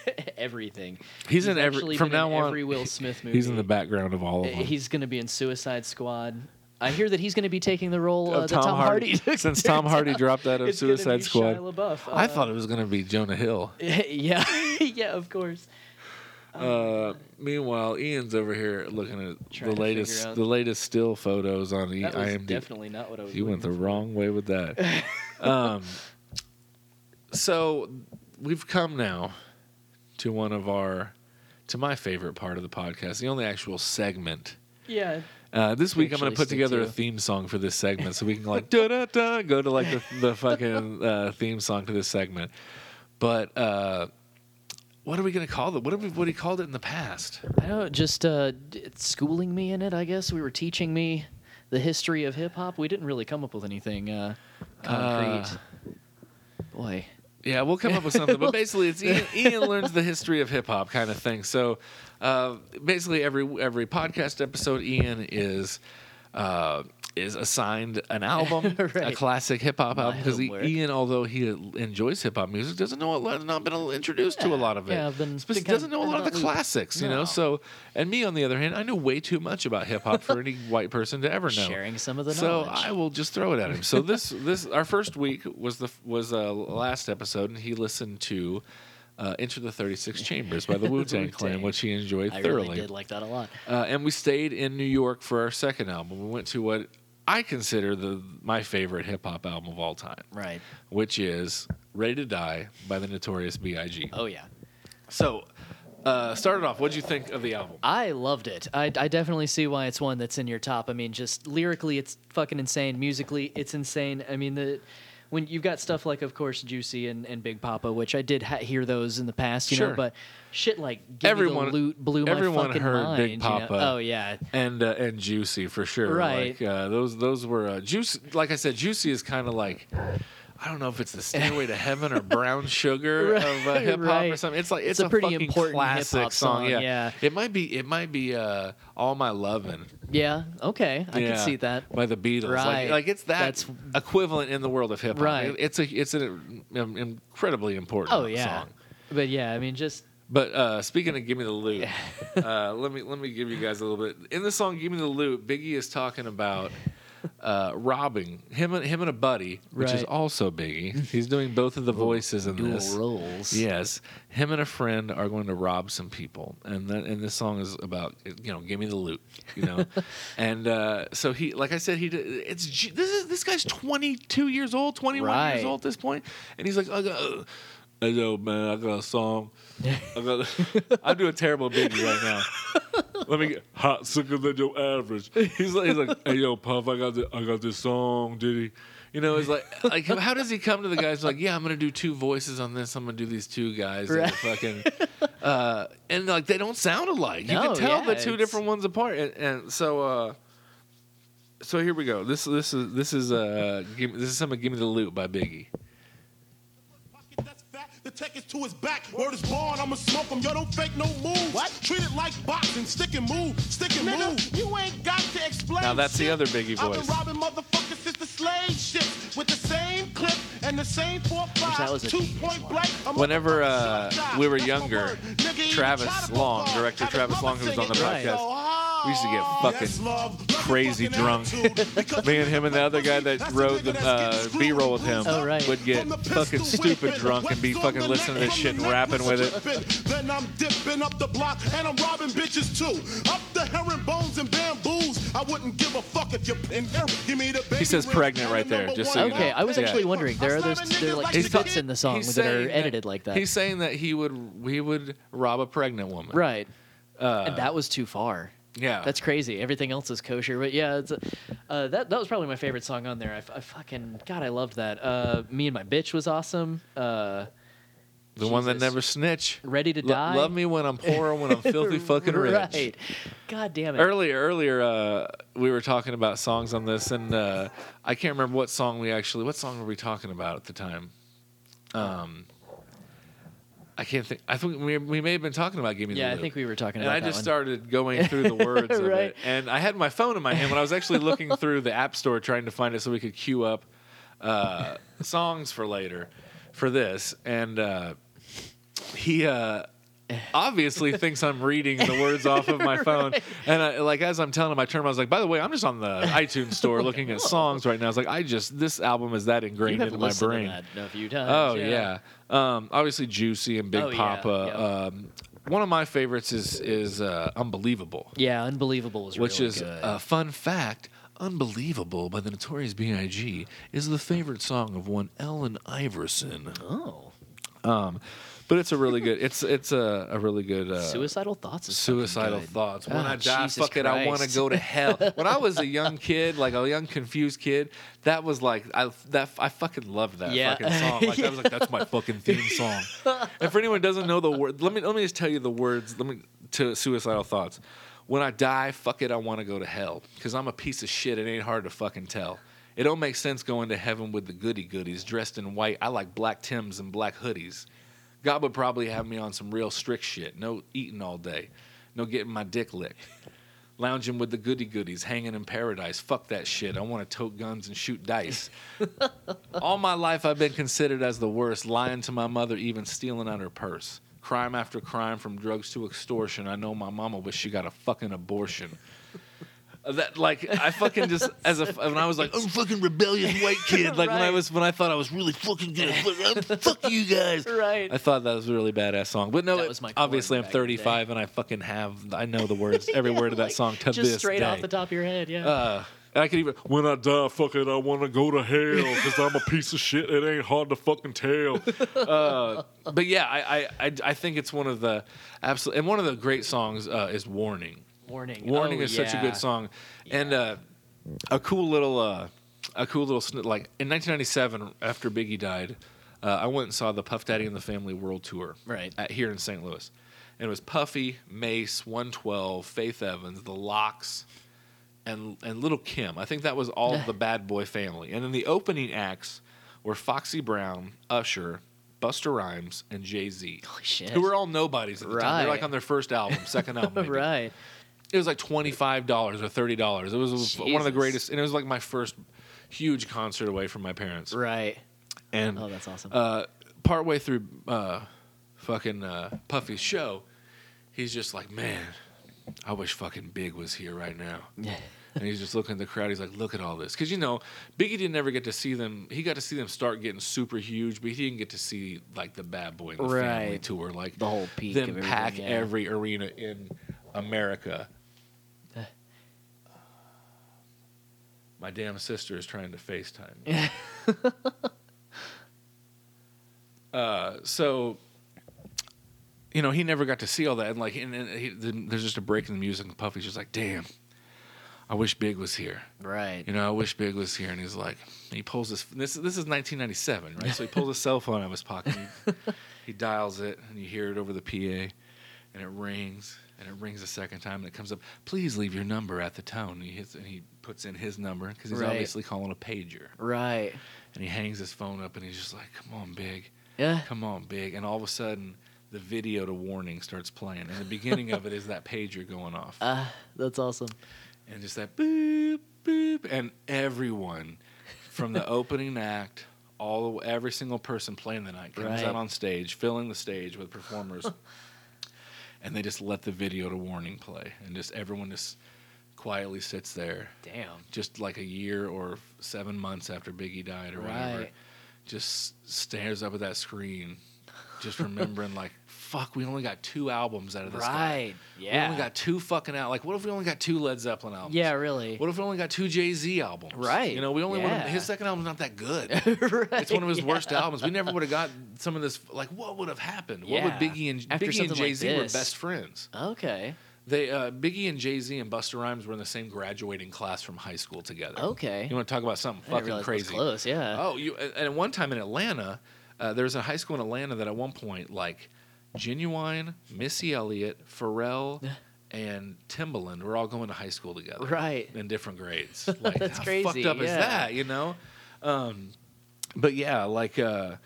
S2: <laughs> everything.
S1: He's in every-
S2: actually
S1: from
S2: been in
S1: now on,
S2: Every Will Smith movie.
S1: He's in the background of all of
S2: Uh,
S1: them.
S2: He's going to be in Suicide Squad. I hear that he's going to be taking the role uh,
S1: Of
S2: that Tom, Hardy. <laughs> took
S1: Since
S2: there.
S1: Tom Hardy dropped out <laughs> of
S2: It's gonna
S1: Suicide
S2: be
S1: Squad,
S2: Shia LaBeouf.
S1: I
S2: Uh,
S1: thought it was going to be Jonah Hill.
S2: <laughs> yeah, yeah, of course.
S1: Uh, meanwhile, Ian's over here looking at
S2: Um, Trying
S1: the
S2: to
S1: latest
S2: figure out-
S1: the latest still photos on E- the
S2: That was
S1: IMDb.
S2: definitely not what I was.
S1: you went the
S2: looking
S1: wrong way with that. um, so we've come now to one of our to my favorite part of the podcast, the only actual segment.
S2: for. Yeah,
S1: Uh, this week I'm going
S2: Actually
S1: to put
S2: stick
S1: together
S2: to-
S1: a theme song for this segment, so we can like da da da go to like the, the fucking uh, theme song to this segment. But uh, what are we going to call it? What have we, what he called it in the past?
S2: I don't just uh, d- schooling me in it. I guess we were teaching me the history of hip hop. We didn't really come up with anything uh, concrete.
S1: Uh,
S2: Boy,
S1: Yeah, we'll come up with
S2: <laughs>
S1: something. But basically, it's Ian, Ian learns the history of hip hop kind of thing. So uh, basically, every every podcast episode, Ian is. Uh, is assigned an album, a
S2: <laughs> Right.
S1: classic hip hop
S2: My
S1: album, because
S2: homework.
S1: Ian, although he uh, enjoys hip hop music, doesn't know a lot, has not been introduced to a lot of it.
S2: Yeah, I've been-
S1: Spec-
S2: been kind
S1: doesn't
S2: of-
S1: know a
S2: been
S1: lot of the
S2: not looped.
S1: classics, you know.
S2: No.
S1: So, and me on the other hand, I know way too much about hip hop for
S2: <laughs>
S1: any white person to ever know.
S2: sharing some of the
S1: So
S2: knowledge.
S1: I will just throw it at him. <laughs> So this this our first week was the was uh, last episode, and he listened to uh, "Enter the Thirty Six Chambers" <laughs> by the Wu Tang Clan,
S2: Wu-Tang.
S1: which he enjoyed
S2: I
S1: thoroughly.
S2: really did like that a lot.
S1: Uh, and we stayed in New York for our second album. We went to what I consider the my favorite hip hop album of all time,
S2: Right.
S1: which is "Ready to Die" by the Notorious B.I.G.
S2: Oh yeah.
S1: So. Uh, started off. What'd you think of the album?
S2: I loved it. I, I definitely see why it's one that's in your top. I mean, just lyrically, it's fucking insane. Musically, it's insane. I mean, the when you've got stuff like, of course, Juicy and, and Big Papa, which I did ha- hear those in the past, you
S1: Sure.
S2: know, but shit like Give
S1: Everyone-
S2: Me the loot blew
S1: everyone
S2: my fucking
S1: heard
S2: mind.
S1: Big
S2: you know?
S1: Papa.
S2: Oh yeah,
S1: and uh, and juicy for sure.
S2: Right.
S1: Like, uh, those those were uh, juice. Like I said, juicy is kind of like I don't know if it's the Stairway to Heaven or
S2: <laughs>
S1: Brown Sugar
S2: Right,
S1: of uh, hip hop or
S2: right.
S1: something. It's like it's,
S2: It's a pretty
S1: fucking
S2: important
S1: classic
S2: hip-hop
S1: song.
S2: song,
S1: Yeah.
S2: yeah.
S1: it might be it might be uh, All My Lovin'.
S2: yeah. Okay, I
S1: Yeah,
S2: can see that.
S1: by the Beatles. Like,
S2: Right.
S1: like it's that
S2: That's-
S1: equivalent in the world of hip hop.
S2: Right.
S1: It's a it's an um, incredibly important.
S2: Oh yeah,
S1: song.
S2: but yeah, I mean, just
S1: But uh, speaking of "Give Me the Loot," <laughs> uh, let me let me give you guys a little bit. In the song "Give Me the Loot," Biggie is talking about uh, robbing him and him and a buddy, which is
S2: Right. Mm-hmm.
S1: also Biggie. He's doing both of the voices in
S2: dual
S1: this.
S2: roles.
S1: Yes, him and a friend are going to rob some people, and then and this song is about you know, give me the loot, you
S2: <laughs>
S1: know, and uh, so he, like I said, he did, it's G- this is this guy's twenty two years old, twenty one years
S2: Right.
S1: old at this point, and he's like, I got, I know, man, I got a song, I got, I do a terrible biggie right now. Let me get hot sicker than your average. He's like, he's like, hey yo, Puff, I got this, I got this song, Diddy. You know, it's like, like how does he come to the guys like, yeah, I'm gonna do two voices on this. I'm gonna do these two guys, that are fucking, uh, and like they don't sound alike. you
S2: No,
S1: can tell
S2: yeah,
S1: the two
S2: it's-
S1: different ones apart. And, and so, uh, so here we go. This this is this is uh, give, this is some of "Give Me the Loot" by Biggie.
S3: Pocket, That's fact. The tech is to his back. Word is born. I'ma smoke him. Yo, don't fake no moves. What? Treat it like boxing. Stick and move. Stick and
S4: Nigga,
S3: move. You ain't got to explain.
S1: Now that's the
S3: shit.
S1: other Biggie
S3: I've been
S1: voice.
S3: robbing motherfuckers since the slave ship with the same clip and the same four five.
S2: that was a
S3: two
S2: genius
S3: point
S2: one.
S3: blank. A
S1: Whenever,
S3: motherfucker
S1: uh,
S3: shot
S1: we were
S3: That's my
S1: younger,
S3: word. Nigga, even
S1: Travis
S3: try to
S1: Long,
S3: perform.
S1: director
S3: Have a
S1: Travis
S3: brother
S1: Long, who was
S3: sing
S1: on the
S3: it.
S2: podcast,
S3: So hard.
S1: we used to get fucking
S3: Yes, love. Love
S1: crazy drunk. <laughs> Me and him and
S3: <laughs>
S1: the other guy that wrote the uh, B-roll with him
S2: Oh, right.
S1: would get fucking stupid drunk and be fucking listening to this shit and rapping with it.
S3: Then I'm dipping up the block and I'm robbing bitches too. Up the herringbones and bamboos. I wouldn't give a fuck if you're in here. Give me the baby.
S1: He says
S3: with
S1: pregnant
S3: the
S1: right there,
S3: number
S1: just
S3: one
S1: so you know.
S2: Okay, I was
S1: Yeah.
S2: actually wondering. There are those there are like
S1: He's
S2: two cuts
S1: talking-
S2: in the song
S1: He's
S2: that are
S1: saying
S2: edited like that.
S1: He's saying that he would he would rob a pregnant woman.
S2: Right.
S1: Uh,
S2: and that was too far.
S1: Yeah.
S2: That's crazy. Everything else is kosher, but yeah, it's a, uh, that that was probably my favorite song on there. I, f- I fucking God, I loved that. Uh, Me and my bitch was awesome. Uh,
S1: the one that
S2: Jesus.
S1: never snitch.
S2: Ready to
S1: Lo-
S2: die.
S1: Love me when I'm poor or when I'm <laughs>
S2: <laughs>
S1: filthy fucking rich.
S2: Right. God damn it.
S1: Earlier, earlier, uh, we were talking about songs on this, and uh, I can't remember what song we actually. What song were we talking about at the time? Um, I can't think. I think we, we may have been talking about "Give Me the
S2: yeah, I
S1: Loop."
S2: think we were talking
S1: and
S2: about
S1: I
S2: that
S1: just
S2: one.
S1: started going through
S2: <laughs>
S1: the words of
S2: Right.
S1: it, and I had my phone in my hand when I was actually looking through the app store trying to find it so we could queue up uh, songs for later for this, and uh, he. Uh, obviously thinks I'm reading the words off of
S2: <laughs>
S1: my phone. And I, like as I'm telling him, I turn around, I was like, by the way, I'm just on the iTunes
S2: <laughs>
S1: store looking at songs right now. I was like, I just this album is that
S2: you
S1: ingrained
S2: have
S1: into my
S2: listened
S1: brain.
S2: To that a few times.
S1: Oh yeah. Um, obviously Juicy and Big
S2: Oh, yeah,
S1: Papa.
S2: yeah.
S1: Um, one of my favorites is is uh, Unbelievable,
S2: Yeah, unbelievable was
S1: which
S2: really
S1: is uh,
S2: good.
S1: a fun fact. Unbelievable by the Notorious B.I.G. is the favorite song of one Ellen Iverson.
S2: oh,
S1: Um, but it's a really good. It's it's a, a really good uh,
S2: suicidal thoughts. Is fucking
S1: suicidal
S2: good.
S1: thoughts. When
S2: Oh,
S1: I die,
S2: Jesus
S1: fuck it, I want to
S2: Christ.
S1: go to hell. when I was a young kid, like a young confused kid, that was like I that I fucking loved that
S2: Yeah.
S1: fucking song. Like I was like, that's my fucking theme song. and for anyone who doesn't know the word, let me let me just tell you the words. Let me to suicidal thoughts. When I die, fuck it, I want to go to hell because I'm a piece of shit. It ain't hard to fucking tell. It don't make sense going to heaven with the goody goodies dressed in white. I like black Tims and black hoodies. God would probably have me on some real strict shit. No eating all day. No getting my dick licked. Lounging with the goody goodies, hanging in paradise. Fuck that shit. I want to tote guns and shoot dice.
S2: <laughs>
S1: all my life, I've been considered as the worst, lying to my mother, even stealing out her purse. Crime after crime, from drugs to extortion. I know my mama wish she got a fucking
S2: <laughs>
S1: abortion. That like I fucking just as a when I was like I'm a fucking rebellious white
S2: <laughs>
S1: kid like when I
S2: Right.
S1: was when I thought I was really fucking good fuck fuck you guys
S2: Right.
S1: I thought that was a really badass song. But no,
S2: That
S1: it-
S2: was my chord
S1: obviously I'm
S2: back in the day.
S1: 35 and I fucking have I know the words
S2: <laughs>
S1: every word of that
S2: Like,
S1: song to
S2: just
S1: this
S2: straight
S1: day.
S2: off the top of your head. Yeah.
S1: Uh, and I could even when I die, fuck it, I want to go to hell because I'm a piece of shit. It ain't hard to fucking tell. Uh, but yeah, I, I I I think it's one of the absolute and one of the great songs uh, is "Warning."
S2: warning.
S1: Warning
S2: Oh,
S1: is such a
S2: yeah.
S1: good song, and uh, a cool little uh, a cool little sni like in 1997 after Biggie died, uh, I went and saw the Puff Daddy and the Family World Tour
S2: Right.
S1: at, here in St. Louis, and it was Puffy, Mace, 112, Faith Evans, The Locks, and and Little Kim. I think that was all
S2: <laughs>
S1: of the Bad Boy family, and then the opening acts were Foxy Brown, Usher. Buster Rhymes and Jay Z,
S2: Holy shit.
S1: who were all nobodies at the time. They're
S2: Oh, Right.
S1: like on their first album,
S2: <laughs>
S1: second album, maybe
S2: right.
S1: it was like twenty five dollars or thirty dollars. It was one of the
S2: Jesus.
S1: greatest, and it was like my first huge concert away from my parents.
S2: Right.
S1: And
S2: Oh, that's awesome.
S1: uh, partway through uh, fucking uh, Puffy's show, he's just like, man, I wish fucking Big was here right now. and he's just looking at the crowd. He's like, look at all this, because you know Biggie didn't ever get to see them. He got to see them start getting super huge, but he didn't get to see like the Bad Boy and the Family
S2: Right.
S1: tour, like
S2: The whole peak of
S1: Them
S2: everything,
S1: pack
S2: yeah.
S1: every arena in
S2: <sighs>
S1: America. My damn sister is trying to FaceTime. me.
S2: <laughs>
S1: uh, so, you know, he never got to see all that, and like, and, and he, then there's just a break in the music, and Puffy's just like, "Damn, I wish Big was here."
S2: Right.
S1: You know, I wish Big was here, and he's like, and he pulls his. This this is 1997, right? So he pulls his cell phone out of his pocket. He, he dials it, and you hear it over the PA, and it rings, and it rings a second time, and it comes up. Please leave your number at the tone. And he hits, and he puts in his number because he's
S2: Right.
S1: obviously calling a pager.
S2: Right.
S1: And he hangs his phone up, and he's just like, "Come on, Big."
S2: Yeah.
S1: come on, big. And all of a sudden, the video to warning starts playing. And the beginning of it is that pager going off.
S2: Uh, that's awesome.
S1: and just that boop, boop. And everyone from
S2: <laughs>
S1: the opening act, all the, way- every single person playing the night comes
S2: Right.
S1: out on stage, filling the stage with
S2: <laughs>
S1: performers. and they just let the video to warning play. And just everyone just quietly sits there
S2: Damn.
S1: just like a year or seven months after Biggie died or whatever,
S2: Right.
S1: just stares up at that screen, just remembering
S2: <laughs>
S1: like, fuck, we only got two albums out of this guy.
S2: Right.
S1: We
S2: Yeah.
S1: only got two fucking out. Like, what if we only got two Led Zeppelin albums?
S2: yeah. Really.
S1: <laughs> What if we only got two Jay Z albums?
S2: Right,
S1: You know, we only
S2: yeah.
S1: would his second album's not that good.
S2: <laughs> <laughs> Right,
S1: It's one of his
S2: yeah.
S1: worst albums. We never would have got some of this. Like, what would have happened? What
S2: Yeah.
S1: would Biggie and
S2: After
S1: Biggie
S2: something
S1: and
S2: like
S1: Jay Z were
S2: this.
S1: best friends?
S2: Okay.
S1: They uh, Biggie and Jay Z and Busta Rhymes were in the same graduating class from high school together.
S2: Okay.
S1: You want to talk about something
S2: I didn't
S1: fucking
S2: realize it was
S1: crazy?
S2: close. Yeah.
S1: Oh, you and and at one time in Atlanta, uh, there was a high school in Atlanta that at one point like Genuine, Missy Elliott, Pharrell, and Timbaland were all going to high school together,
S2: Right.
S1: In different
S2: <laughs>
S1: grades. Like,
S2: That's
S1: how
S2: crazy,
S1: fucked up is
S2: yeah.
S1: that? You know. Um, but yeah, like.
S2: <laughs>
S1: Uh,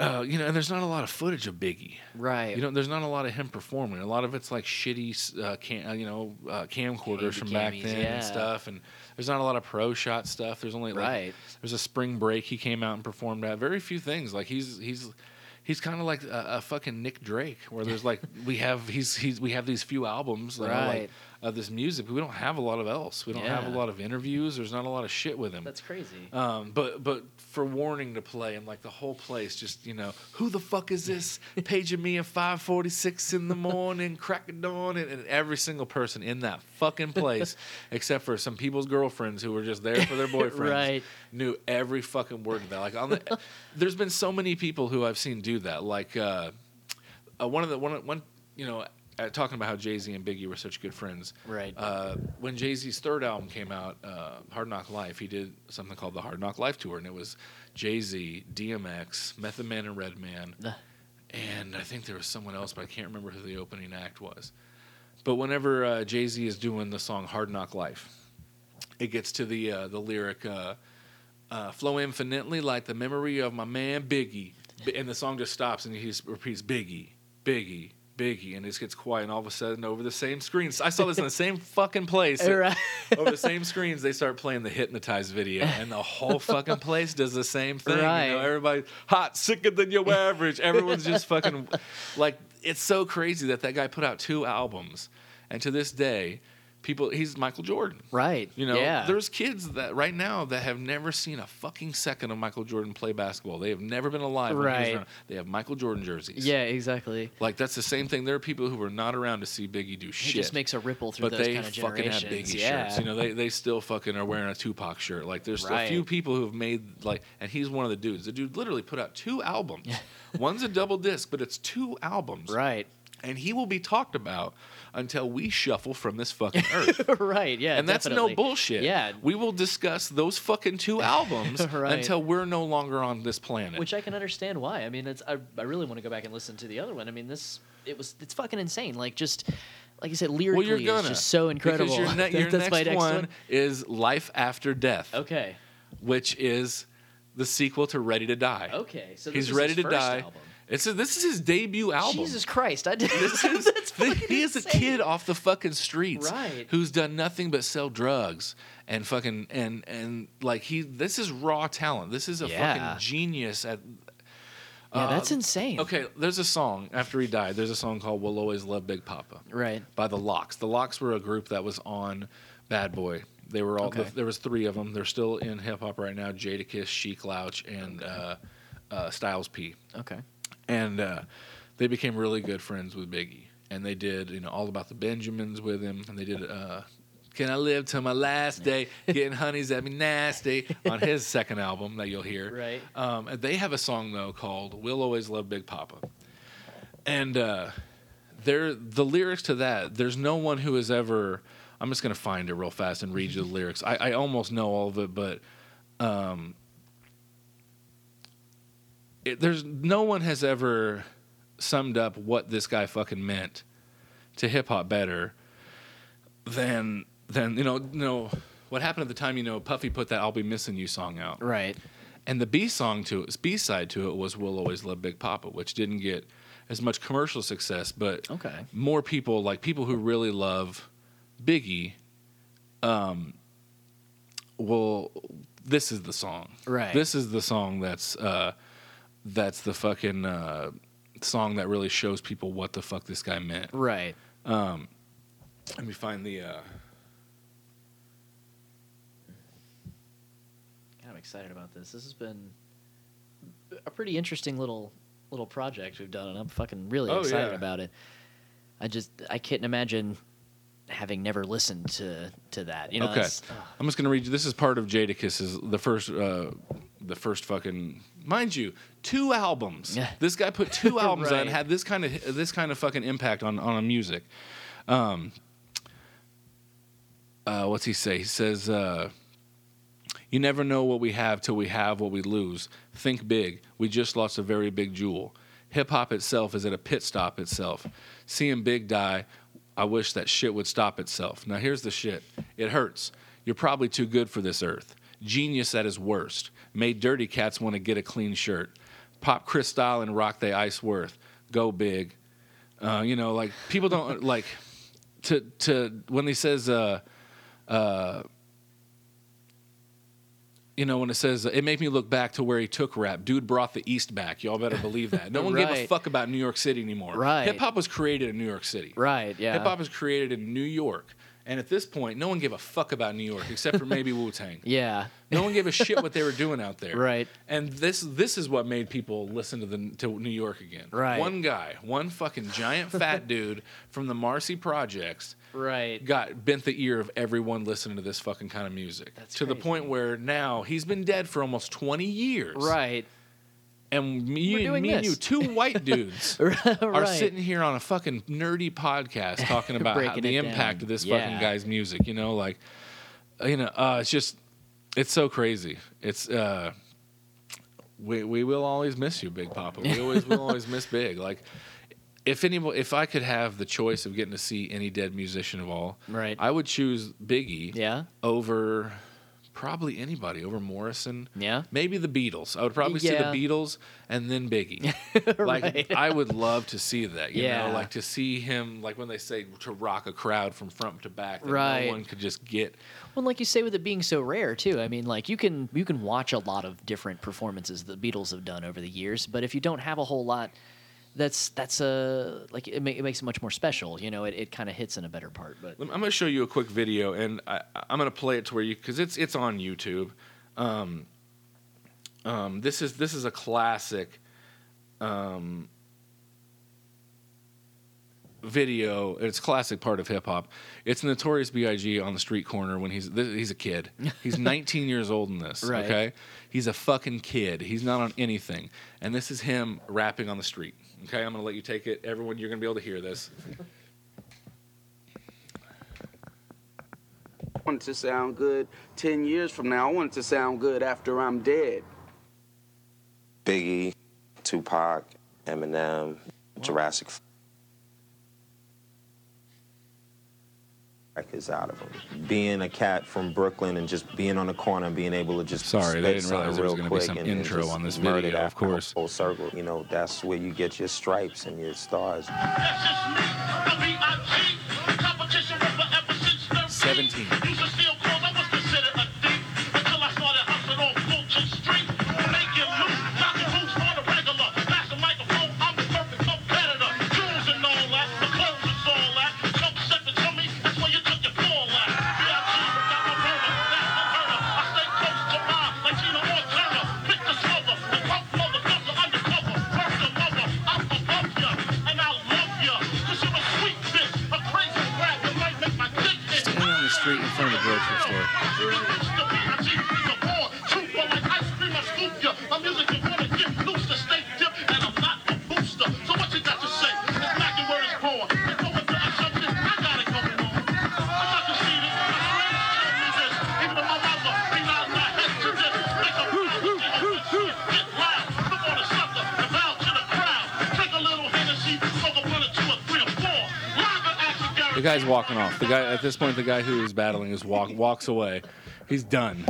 S1: Uh, you know, and there's not a lot of footage of Biggie.
S2: Right.
S1: You know, there's not a lot of him performing. A lot of it's like shitty, uh, cam, uh, you know, uh, camcorders
S2: Handy
S1: from back
S2: cammies,
S1: then
S2: yeah.
S1: and stuff. And there's not a lot of pro shot stuff. There's only like,
S2: Right.
S1: There's a spring break he came out and performed at. Very few things. Like he's he's he's kind of like a, a fucking Nick Drake, where there's
S2: <laughs>
S1: like we have he's he's we have these few albums, that are
S2: Right.
S1: like of this music. We don't have a lot of else. We don't have
S2: Yeah.
S1: a lot of interviews. There's not a lot of shit with him.
S2: That's crazy.
S1: Um, but but for warning to play and like the whole place just you know who the fuck is
S2: <laughs>
S1: this paging me at five forty six in the morning crack of dawn and, and every single person in that fucking
S2: <laughs>
S1: place except for some people's girlfriends who were just there for their boyfriends
S2: Right.
S1: knew every fucking word of that like on
S2: <laughs>
S1: the, there's been so many people who I've seen do that like uh, uh, one of the one one you know uh, talking about how Jay Z and Biggie were such good friends
S2: Right.
S1: uh, when Jay Z's third album came out, uh, Hard Knock Life, he did something called the Hard Knock Life Tour, and it was Jay Z, DMX, Method Man, and Redman,
S2: Uh.
S1: and I think there was someone else, but I can't remember who the opening act was. But whenever uh, Jay Z is doing the song Hard Knock Life, it gets to the uh, the lyric uh, uh, "Flow infinitely like the memory of my man Biggie," B- and the song just stops and he just repeats Biggie, Biggie. Biggie and it just gets quiet, and all of a sudden, over the same screens, I saw this in the same fucking place.
S2: <laughs> right.
S1: over the same screens, they start playing the hypnotized video, and the whole fucking place does the same thing. You know,
S2: Right.
S1: everybody hot, sicker than your average. Everyone's just fucking like it's so crazy that that guy put out two albums, and to this day, people he's Michael Jordan.
S2: Right.
S1: You know,
S2: Yeah.
S1: there's kids that right now that have never seen a fucking second of Michael Jordan play basketball. They have never been alive. when he was
S2: Right.
S1: around. They have Michael Jordan jerseys.
S2: Yeah. Exactly.
S1: Like that's the same thing. There are people who were not around to see Biggie do
S2: He
S1: shit
S2: just makes a ripple through those kind of
S1: fucking
S2: generations.
S1: have Biggie
S2: yeah.
S1: shirts. You know, they they still fucking are wearing a Tupac shirt. Like, there's a few
S2: Right.
S1: people who have made like, and he's one of the dudes. The dude literally put out two albums. <laughs> One's a double disc, but it's two albums.
S2: Right. <laughs>
S1: And he will be talked about until we shuffle from this
S2: <laughs>
S1: fucking earth.
S2: right. Yeah.
S1: And that's
S2: definitely.
S1: no bullshit.
S2: Yeah.
S1: We will discuss those fucking
S2: <laughs>
S1: two albums
S2: Right.
S1: until we're no longer on this planet.
S2: <laughs> Which I can understand why. I mean, it's I, I really want to go back and listen to the other one. I mean, this it was it's fucking insane. Like just like you said, lyrically,
S1: well, you're gonna.
S2: it's just so incredible.
S1: Because your, ne-
S2: <laughs>
S1: your next,
S2: That's my next
S1: one, is Life After Death.
S2: Okay.
S1: which is the sequel to Ready to Die.
S2: Okay. So this
S1: he's
S2: is
S1: ready
S2: his
S1: to
S2: first
S1: die.
S2: album.
S1: It's a, this is his debut album.
S2: Jesus Christ! I did. <laughs>
S1: This is
S2: that's
S1: the- <laughs>
S2: fucking
S1: he is a
S2: insane.
S1: kid off the fucking streets,
S2: Right.
S1: Who's done nothing but sell drugs and fucking and and like he. This is raw talent. This is a
S2: Yeah.
S1: fucking genius at
S2: Yeah, that's insane.
S1: Okay, there's a song after he died. There's a song called "We'll Always Love Big Papa."
S2: Right.
S1: By the Locks. The Locks were a group that was on Bad Boy. They were all
S2: Okay.
S1: there was three of them. They're still in hip hop right now. Jadakiss, Chic Louch, and uh, uh, Styles P.
S2: Okay.
S1: And uh, they became really good friends with Biggie. And they did you know all about the Benjamins with him. And they did. Uh, can I live till my last day? Getting honeys at me nasty on his second album that you'll hear.
S2: Right.
S1: Um, and they have a song though called "We'll Always Love Big Papa," and uh, there the lyrics to that. There's no one who has ever. I'm just gonna find it real fast and read you the lyrics. I, I almost know all of it, but um, it, there's no one has ever summed up what this guy fucking meant to hip hop better than than you know you know what happened at the time. You know, Puffy put that "I'll Be Missing You" song out.
S2: Right.
S1: And the B song to it, B side to it was "We'll Always Love Big Papa," which didn't get as much commercial success, but
S2: Okay.
S1: more people like people who really love Biggie, um, will this is the song.
S2: Right.
S1: This is the song that's uh, that's the fucking uh, song that really shows people what the fuck this guy meant.
S2: Right.
S1: Let me find the uh,
S2: excited about this. This has been a pretty interesting little little project we've done, and I'm fucking really
S1: Oh,
S2: excited
S1: yeah.
S2: about it. I just I couldn't imagine having never listened to to that. You know,
S1: okay,
S2: that's- ugh.
S1: I'm just gonna read you. This is part of Jadakiss's the first, uh, the first fucking, mind you, two albums.
S2: Yeah.
S1: This guy put
S2: <laughs>
S1: two albums out and
S2: Right.
S1: had this kind of this kind of fucking impact on on music. Um, uh, what's he say? He says, uh, "You never know what we have till we have what we lose. Think big. We just lost a very big jewel. Hip hop itself is at a pit stop itself. Seeing big die." I wish that shit would stop itself. Now, here's the shit it hurts. You're probably too good for this earth. Genius at his worst. Made dirty cats want to get a clean shirt. Pop Chris style and rock they ice worth. Go big. Uh, you know, like people don't uh, like to to when he says uh you know, when it says it made me look back to where he took rap. Dude brought the East back. Y'all better believe that. No one gave a
S2: Right.
S1: fuck about New York City anymore.
S2: Right.
S1: Hip hop was created in New York City.
S2: right? Yeah,
S1: Hip hop was created in New York. And at this point, no one gave a fuck about New York except for maybe <laughs> Wu Tang.
S2: yeah,
S1: No one gave a shit what they were doing out there.
S2: Right.
S1: And this this is what made people listen to the to New York again.
S2: Right.
S1: One guy, one fucking giant fat dude from the Marcy Projects
S2: right.
S1: got bent the ear of everyone listening to this fucking kind of music.
S2: That's
S1: to the
S2: crazy.
S1: point where now he's been dead for almost 20 years.
S2: Right. <laughs>
S1: And me,
S2: We're
S1: and,
S2: doing
S1: me and you,
S2: this.
S1: two
S2: <laughs>
S1: white dudes,
S2: right.
S1: are sitting here on a fucking nerdy
S2: <laughs>
S1: podcast talking about how,
S2: Breaking
S1: the
S2: it
S1: impact
S2: down.
S1: of this fucking
S2: Yeah.
S1: guy's music. You know, like, uh, you know, uh, it's just, it's so crazy. It's, uh, we, we will always miss you, Big Papa. We always will always
S2: <laughs>
S1: miss Big. Like, if any, if I could have the choice of getting to see any dead musician of all,
S2: Right.
S1: I would choose Biggie
S2: yeah.
S1: over probably anybody over Morrison.
S2: Yeah.
S1: Maybe the Beatles. I would probably
S2: Yeah.
S1: see the Beatles and then
S2: <laughs>
S1: Biggie. Like
S2: Right.
S1: I would love to see that. You
S2: Yeah.
S1: know, like to see him like when they say to rock a crowd from front to back that
S2: Right.
S1: no one could just get.
S2: Well, like you say, with it being so rare too. I mean, like you can you can watch a lot of different performances the Beatles have done over the years, but if you don't have a whole lot, that's that's a like it, ma- it makes it much more special. You know, it, it kind of hits in a better part. But
S1: Lem- I'm going to show you a quick video, and I, I- I'm going to play it to where you because it's it's on YouTube. Um, um, this is this is a classic um, video. It's classic part of hip hop. It's Notorious B.I.G. on the street corner when he's th- he's a kid.
S2: <laughs>
S1: He's 19 years old in this.
S2: Right.
S1: Okay, he's a fucking kid. He's not on anything, and this is him rapping on the street. Okay, I'm going to let you take it. Everyone, you're going to be able to hear this.
S4: want it to sound good 10 years from now. I want it to sound good after I'm dead.
S5: Biggie, Tupac, Eminem, Jurassic. Fuck Is out of them. Being a cat from Brooklyn and just being on the corner and being able to just
S1: Sorry, they didn't realize
S5: spit something
S1: there was
S5: real
S1: gonna be
S5: quick
S1: some
S5: and then
S1: intro
S5: just
S1: on this
S5: murder
S1: video,
S5: that
S1: of course.
S5: whole circle. You know that's where you get your stripes and your stars.
S1: 17.
S6: Standing
S1: Standing on the street in front of the grocery store. The guy's walking off. The guy at this point, the guy who is battling is walk walks away. He's done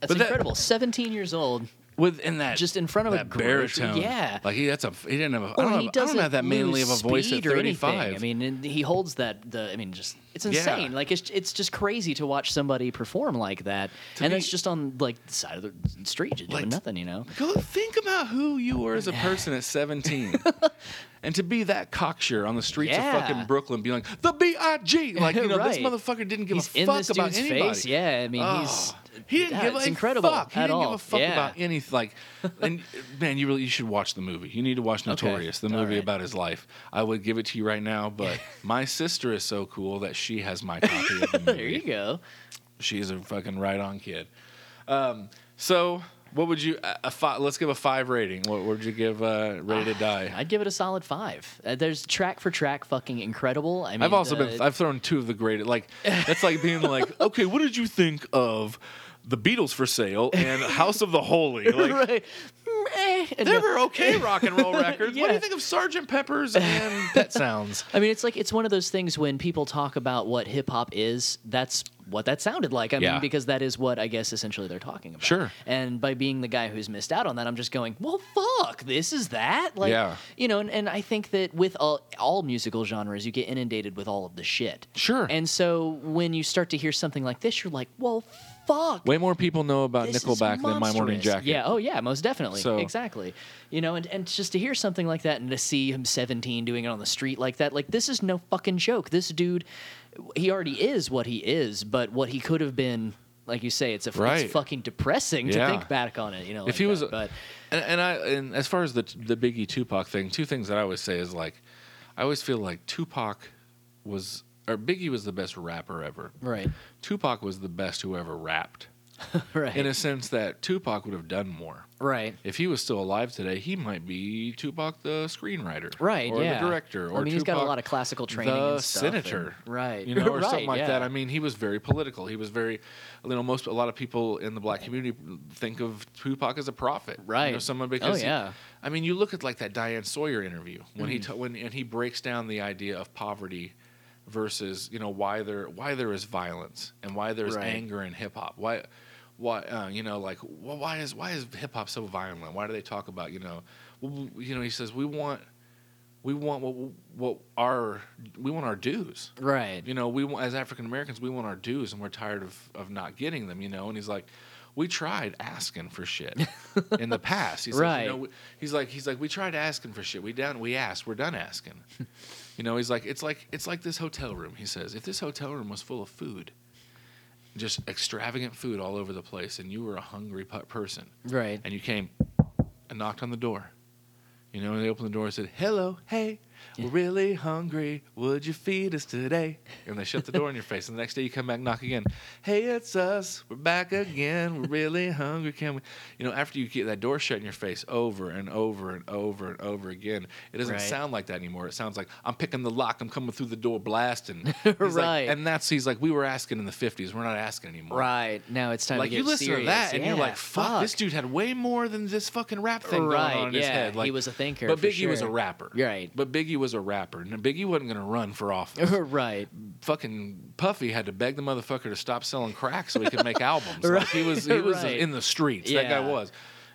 S2: that's
S1: But that-
S2: incredible. Seventeen years old.
S1: within that
S2: Just in front of a
S1: that
S2: grocery-
S1: baritone.
S2: yeah.
S1: like he that's a he didn't have. A, I
S2: Well,
S1: don't,
S2: and
S1: have, I don't have that manly of
S2: lose
S1: a voice at
S2: speed or
S1: thirty
S2: anything.
S1: five.
S2: I mean, and he holds that. The I mean, just it's
S1: Yeah.
S2: insane. Like it's it's just crazy to watch somebody perform like that,
S1: To
S2: and
S1: be-
S2: that's just on like the side of the street, just
S1: Like,
S2: doing nothing. You know,
S1: Go think about who you were as a person at
S2: <laughs>
S1: 17. and to be that cocksure on the streets
S2: Yeah.
S1: of fucking Brooklyn, being like, the B.I.G. Like, you know, this
S2: Right.
S1: motherfucker didn't give
S2: he's
S1: a
S2: in
S1: fuck
S2: this
S1: about
S2: dude's
S1: anybody.
S2: face. Yeah, I mean, he's
S1: Oh. He didn't
S2: yeah,
S1: give
S2: it's
S1: a
S2: incredible
S1: fuck. He
S2: at
S1: didn't give
S2: all.
S1: a fuck
S2: Yeah.
S1: about anything.
S2: <laughs>
S1: Like, and man, you really you should watch the movie. You need to watch Notorious, the
S2: All
S1: movie
S2: right.
S1: about his life. I would give it to you right now,
S2: <laughs>
S1: but my sister is so cool that she has my copy of the movie.
S2: There you go.
S1: She's a fucking right on kid. Um, so what would you a, a five, let's give a five rating? What would you give uh, Ready
S2: Ah,
S1: to Die?
S2: I'd give it a solid five. Uh, there's track for track, fucking incredible. I mean, uh,
S1: I've also
S2: the-
S1: been I've thrown two of the greatest. Like that's like
S2: <laughs>
S1: being like, okay, what did you think of the Beatles for sale and House of the
S2: <laughs>
S1: Holy? Like
S2: right. Mm, eh, and
S1: <laughs> they
S2: the- <laughs>
S1: were okay rock and roll records. What do
S2: Yeah.
S1: you think of Sergeant
S2: <laughs>
S1: Pepper's and Pet Sounds?
S2: I mean, it's like it's one of those things when people talk about what hip hop is. That's what that sounded like. I
S1: Yeah.
S2: mean, because that is what I guess essentially they're talking about.
S1: Sure.
S2: And by being the guy who's missed out on that, I'm just going, well, fuck, this is that. Like,
S1: Yeah.
S2: you know, and, and I think that with all, all musical genres, you get inundated with all of the shit.
S1: Sure.
S2: And so when you start to hear something like this, you're like, well, fuck.
S1: Way more people know about
S2: This is
S1: Nickelback than My Morning
S2: monstrous.
S1: Jacket.
S2: Yeah. Oh, yeah. Most definitely.
S1: So-
S2: Exactly. You know, and, and just to hear something like that and to see him 17 doing it on the street like that, like this is no fucking joke. This dude, he already is what he is, but what he could have been, like you say, it's a
S1: Right.
S2: it's fucking depressing
S1: Yeah.
S2: to think back on it. You know, like
S1: if he was,
S2: that, but <laughs>
S1: and, and I, and as far as the the Biggie Tupac thing, two things that I always say is like, I always feel like Tupac was or Biggie was the best rapper ever.
S2: right,
S1: Tupac was the best who ever rapped.
S2: right,
S1: In a sense that Tupac would have done more.
S2: right.
S1: If he was still alive today, he might be Tupac the screenwriter,
S2: Right,
S1: Or
S2: yeah.
S1: the director, or
S2: I mean, he's got a
S1: Tupac
S2: lot of classical training
S1: the
S2: and stuff,
S1: senator,
S2: and- right,
S1: You know, or
S2: <laughs> Right,
S1: something like that.
S2: yeah.
S1: I mean, he was very political. He was very, you know, most a lot of people in the black community think of Tupac as a prophet, You know,
S2: Right.
S1: someone because
S2: Oh,
S1: he-
S2: yeah.
S1: I mean, you look at like that Diane Sawyer interview when he t- when and he breaks down the idea of poverty versus you know why there why there is violence and why there is
S2: Right.
S1: anger in hip hop why why uh, you know like wh- why is why is hip hop so violent why do they talk about you know w- w- you know he says we want we want what what our we want our dues
S2: right.
S1: you know we want as African Americans we want our dues and we're tired of of not getting them you know and he's like we tried asking for shit
S2: <laughs>
S1: in the past he's like
S2: Right.
S1: you know we- he's like he's like we tried asking for shit we down we asked we're done
S2: <laughs>
S1: asking you know he's like it's like it's like this hotel room he says if this hotel room was full of food just extravagant food all over the place and you were a hungry pu- person
S2: Right.
S1: and you came and knocked on the door. You know, and they opened the door and said, "Hello, hey, we're really hungry. Would you feed us today?" And they shut the door in your face. And the next day you come back, and knock again. Hey, it's us. We're back again. We're really hungry. Can we? You know, after you get that door shut in your face over and over and over and over again, it doesn't
S2: Right.
S1: sound like that anymore. It sounds like I'm picking the lock. I'm coming through the door, blasting.
S2: <laughs>
S1: He's like-
S2: Right.
S1: and that's he's like, we were asking in the '50s. We're not asking anymore
S2: Right now, it's time
S1: like
S2: to get
S1: you listen
S2: serious.
S1: to that and you're
S2: Yeah,
S1: like, fuck, this dude had way more than this fucking rap thing
S2: Right,
S1: going on in his
S2: yeah,
S1: head.
S2: he
S1: Like,
S2: was a thinker,
S1: but
S2: for
S1: Biggie was a
S2: sure.
S1: rapper,
S2: Right.
S1: But Biggie was a rapper, and Biggie wasn't gonna run for office.
S2: <laughs> right,
S1: fucking Puffy had to beg the motherfucker to stop selling crack so he could
S2: <laughs>
S1: make albums. Like, he was he was
S2: right.
S1: in the streets. That guy
S2: Yeah.
S1: was,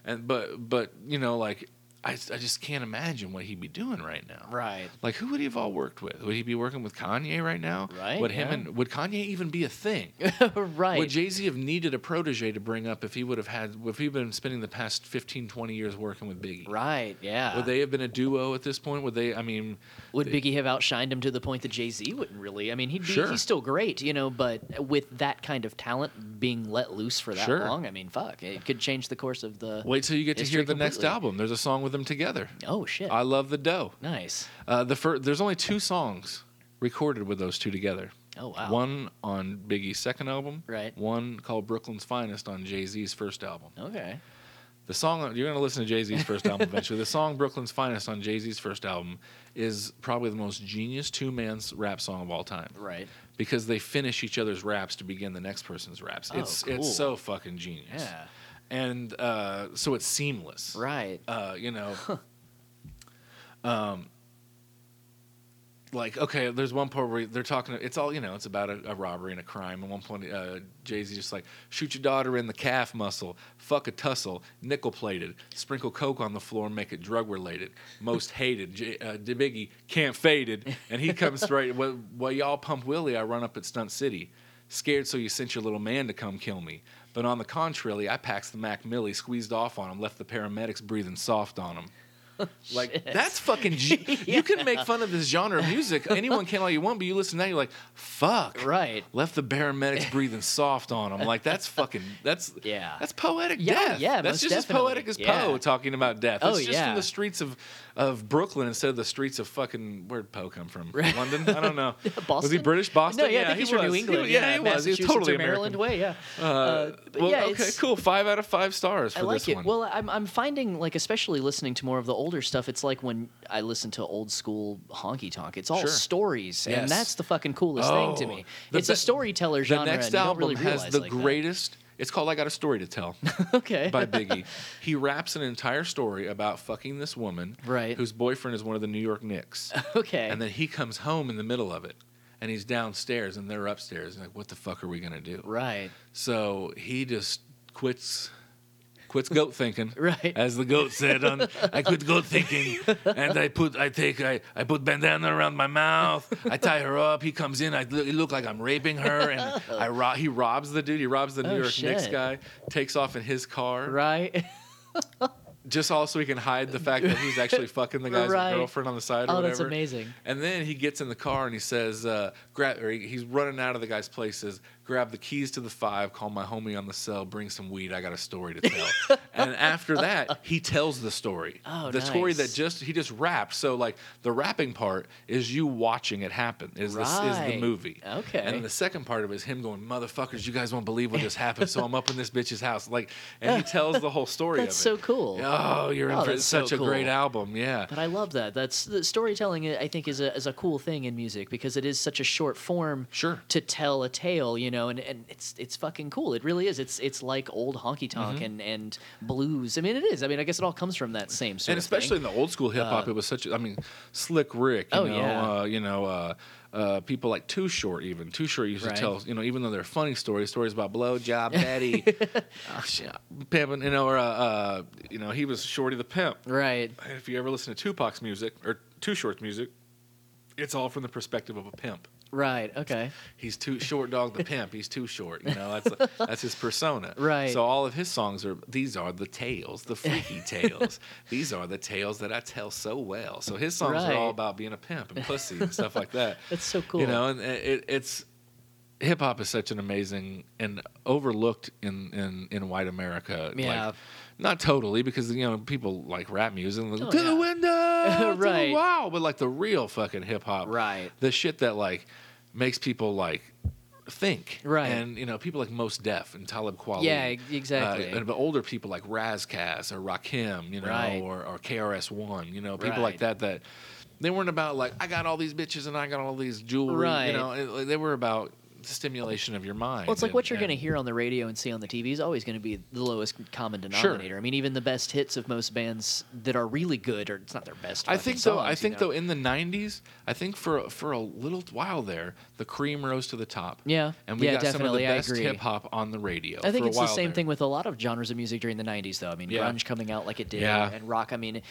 S1: and but but you know like. I, I just can't imagine what he'd be doing right now.
S2: Right. <laughs>
S1: Like who would he have all worked with? Would he be working with Kanye right now?
S2: Right,
S1: Would him
S2: yeah.
S1: and would Kanye even be a thing?
S2: <laughs> right.
S1: Would Jay Z have needed a protege to bring up if he would have had, if he'd been spending the past 15, 20 years working with Biggie?
S2: Right, yeah.
S1: Would they have been a duo at this point? Would they, I mean,
S2: Would Biggie have outshined him to the point that Jay Z wouldn't really? I mean, he'd be,
S1: Sure.
S2: he's still great, you know, but with that kind of talent being let loose for that
S1: Sure.
S2: long, I mean, fuck, it could change the course of the.
S1: wait till you get to
S2: History
S1: hear the next
S2: completely.
S1: album. There's a song with them together.
S2: Oh shit!
S1: I Love the Dough.
S2: nice.
S1: Uh, the fir- There's only two songs recorded with those two together.
S2: Oh wow.
S1: One on Biggie's second album.
S2: Right.
S1: One called Brooklyn's Finest on Jay Z's first album.
S2: Okay.
S1: The song you're going to listen to Jay Z's first album eventually. The song "Brooklyn's Finest" on Jay Z's first album is probably the most genius two man rap song of all time
S2: Right.
S1: because they finish each other's raps to begin the next person's raps.
S2: Oh,
S1: it's
S2: cool.
S1: it's so fucking genius.
S2: Yeah.
S1: And uh, so it's seamless.
S2: Right.
S1: Uh, you know. Um. Like okay, there's one part where they're talking. It's all you know. It's about a, a robbery and a crime. And one point, uh, Jay Z just like shoot your daughter in the calf muscle, fuck a tussle, nickel plated, sprinkle coke on the floor, and make it drug related. Most hated, J, uh, D- Biggie can't faded, and he comes straight. While, while y'all pump Willie, I run up at Stunt City, scared so you sent your little man to come kill me. But on the contrary, I packs the Mac Millie, squeezed off on him, left the paramedics breathing soft on him. Like
S2: <laughs>
S1: that's fucking. G- You can make fun of this genre of music. Anyone can all you want, but you listen to that, you're like, fuck.
S2: Right.
S1: Left the paramedics breathing soft on them. Like that's fucking. That's
S2: Yeah.
S1: That's poetic
S2: Yeah,
S1: death.
S2: yeah,
S1: That's
S2: most
S1: just
S2: definitely.
S1: as poetic as
S2: Yeah.
S1: Poe talking about death.
S2: Oh,
S1: It's just
S2: yeah.
S1: from the streets of of Brooklyn instead of the streets of fucking where'd Poe come from?
S2: Right.
S1: London? I don't
S2: <laughs>
S1: know. Was he
S2: Boston?
S1: British? Boston?
S2: No, yeah, I think
S1: he
S2: he's from
S1: was.
S2: New
S1: He
S2: England.
S1: was- yeah, he was. He was
S2: Massachusetts
S1: totally
S2: or Maryland
S1: American.
S2: way. Yeah. Uh, but
S1: well,
S2: yeah,
S1: okay,
S2: it's-
S1: cool. Five out of five stars for
S2: I like
S1: this
S2: it.
S1: one.
S2: Well, I'm I'm finding like especially listening to more of the older stuff. It's like when I listen to old school honky tonk. It's all
S1: Sure.
S2: stories, and
S1: Yes.
S2: that's the fucking coolest thing to
S1: Oh,
S2: me.
S1: the
S2: It's a
S1: be-
S2: storyteller
S1: the
S2: genre.
S1: next
S2: and you don't
S1: album
S2: really
S1: has
S2: realize
S1: the
S2: like that.
S1: greatest. It's called "I Got a Story to Tell"
S2: <laughs> Okay.
S1: <laughs>
S2: <laughs>
S1: by Biggie. He raps an entire story about fucking this woman,
S2: Right.
S1: Whose boyfriend is one of the New York Knicks.
S2: okay.
S1: And then he comes home in the middle of it, and he's downstairs, and they're upstairs. And like, what the fuck are we gonna do?
S2: right.
S1: So he just quits. Quits goat thinking,
S2: <laughs> Right.
S1: As the goat said, on I quit goat thinking, and I put I take I, I put bandana around my mouth. I tie her up. He comes in. I look, it look like I'm raping her, and I ro- he robs the dude. He robs the New
S2: Oh,
S1: York Knicks
S2: shit.
S1: guy. Takes off in his car,
S2: Right. <laughs>
S1: just all so he can hide the fact that he's
S2: <laughs>
S1: actually fucking the guy's
S2: Right.
S1: girlfriend on the side or
S2: Oh,
S1: whatever.
S2: that's amazing.
S1: And then he gets in the car and he says, uh, grab, or he- he's running out of the guy's place, says, grab the keys to the five, call my homie on the cell, bring some weed. I got a story to
S2: <laughs>
S1: tell. and after that, he tells the story.
S2: Oh,
S1: the story
S2: nice.
S1: that just, he just rapped. So, like, the rapping part is you watching it happen, is, the, is the
S2: Right.
S1: movie.
S2: Okay.
S1: And then the second part of it is him going, motherfuckers, you guys won't believe what just happened. So I'm up in this bitch's house. Like, and he
S2: <laughs>
S1: tells the whole story
S2: That's
S1: of it.
S2: so cool.
S1: Oh, you're in
S2: Oh,
S1: for
S2: that's so
S1: such a great
S2: cool.
S1: album. Yeah.
S2: But I love that. That's the storytelling. I think is a is a cool thing in music because it is such a short form.
S1: Sure.
S2: To tell a tale, you know, and, and it's it's fucking cool. It really is. It's it's like old honky tonk
S1: Mm-hmm.
S2: and and blues. I mean, it is. I mean, I guess it all comes from that same sort
S1: and
S2: of thing.
S1: especially in the old school hip hop, it was such. A, I mean, Slick Rick. You
S2: Uh, Oh,
S1: know,
S2: yeah.
S1: uh, you know, uh, uh, people like Too Short. Even Too Short used
S2: Right.
S1: to tell. You know, even though they're funny stories, stories about blowjob,
S2: <laughs>
S1: daddy, uh, shit, pimping. You know, or uh, uh, you know, he was Shorty the pimp.
S2: right.
S1: If you ever listen to Tupac's music or Too Short's music, it's all from the perspective of a pimp.
S2: Right. Okay.
S1: He's too short, dog. The pimp. He's too short. You know that's that's his persona.
S2: Right.
S1: So all of his songs are these are the tales, the freaky <laughs> tales. These are the tales that I tell so well. So his songs are
S2: Right.
S1: all about being a pimp and pussy and stuff like that.
S2: That's so cool.
S1: You know, and it, it's hip hop is such an amazing and overlooked in in in white America. Like,
S2: Yeah.
S1: not totally because you know people like rap music like,
S2: Oh,
S1: to the
S2: yeah.
S1: window, To
S2: <laughs> Right.
S1: the wall, but like the real fucking hip hop,
S2: Right.
S1: The shit that like makes people like think,
S2: Right.
S1: And you know people like Most Def and Talib Kweli,
S2: Yeah, e- exactly.
S1: Uh, and but older people like Razkaz or Rakim, you know,
S2: Right.
S1: or or KRS One, you know, people like that
S2: Right.
S1: that. They weren't about like I got all these bitches and I got all these jewelry,
S2: Right.
S1: you know. it- like, they were about stimulation of your mind.
S2: Well, it's like
S1: and-
S2: what you're going to
S1: and-
S2: hear on the radio and see on the TV is always going to be the lowest common denominator. I mean, even the best hits of most bands that are really good, or it's not their best.
S1: I
S2: fucking
S1: think though.
S2: songs,
S1: I
S2: you
S1: think
S2: know?
S1: though in the '90s, I think for for a little while there, the cream rose to the top.
S2: Yeah.
S1: and we
S2: Yeah,
S1: got some of
S2: definitely,
S1: the
S2: I
S1: best
S2: agree.
S1: hip hop on the radio.
S2: I think
S1: for a
S2: it's the
S1: while
S2: same
S1: there.
S2: thing with a lot of genres of music during the '90s, though. I mean,
S1: Yeah.
S2: grunge coming out like it did,
S1: Yeah.
S2: and rock. I mean,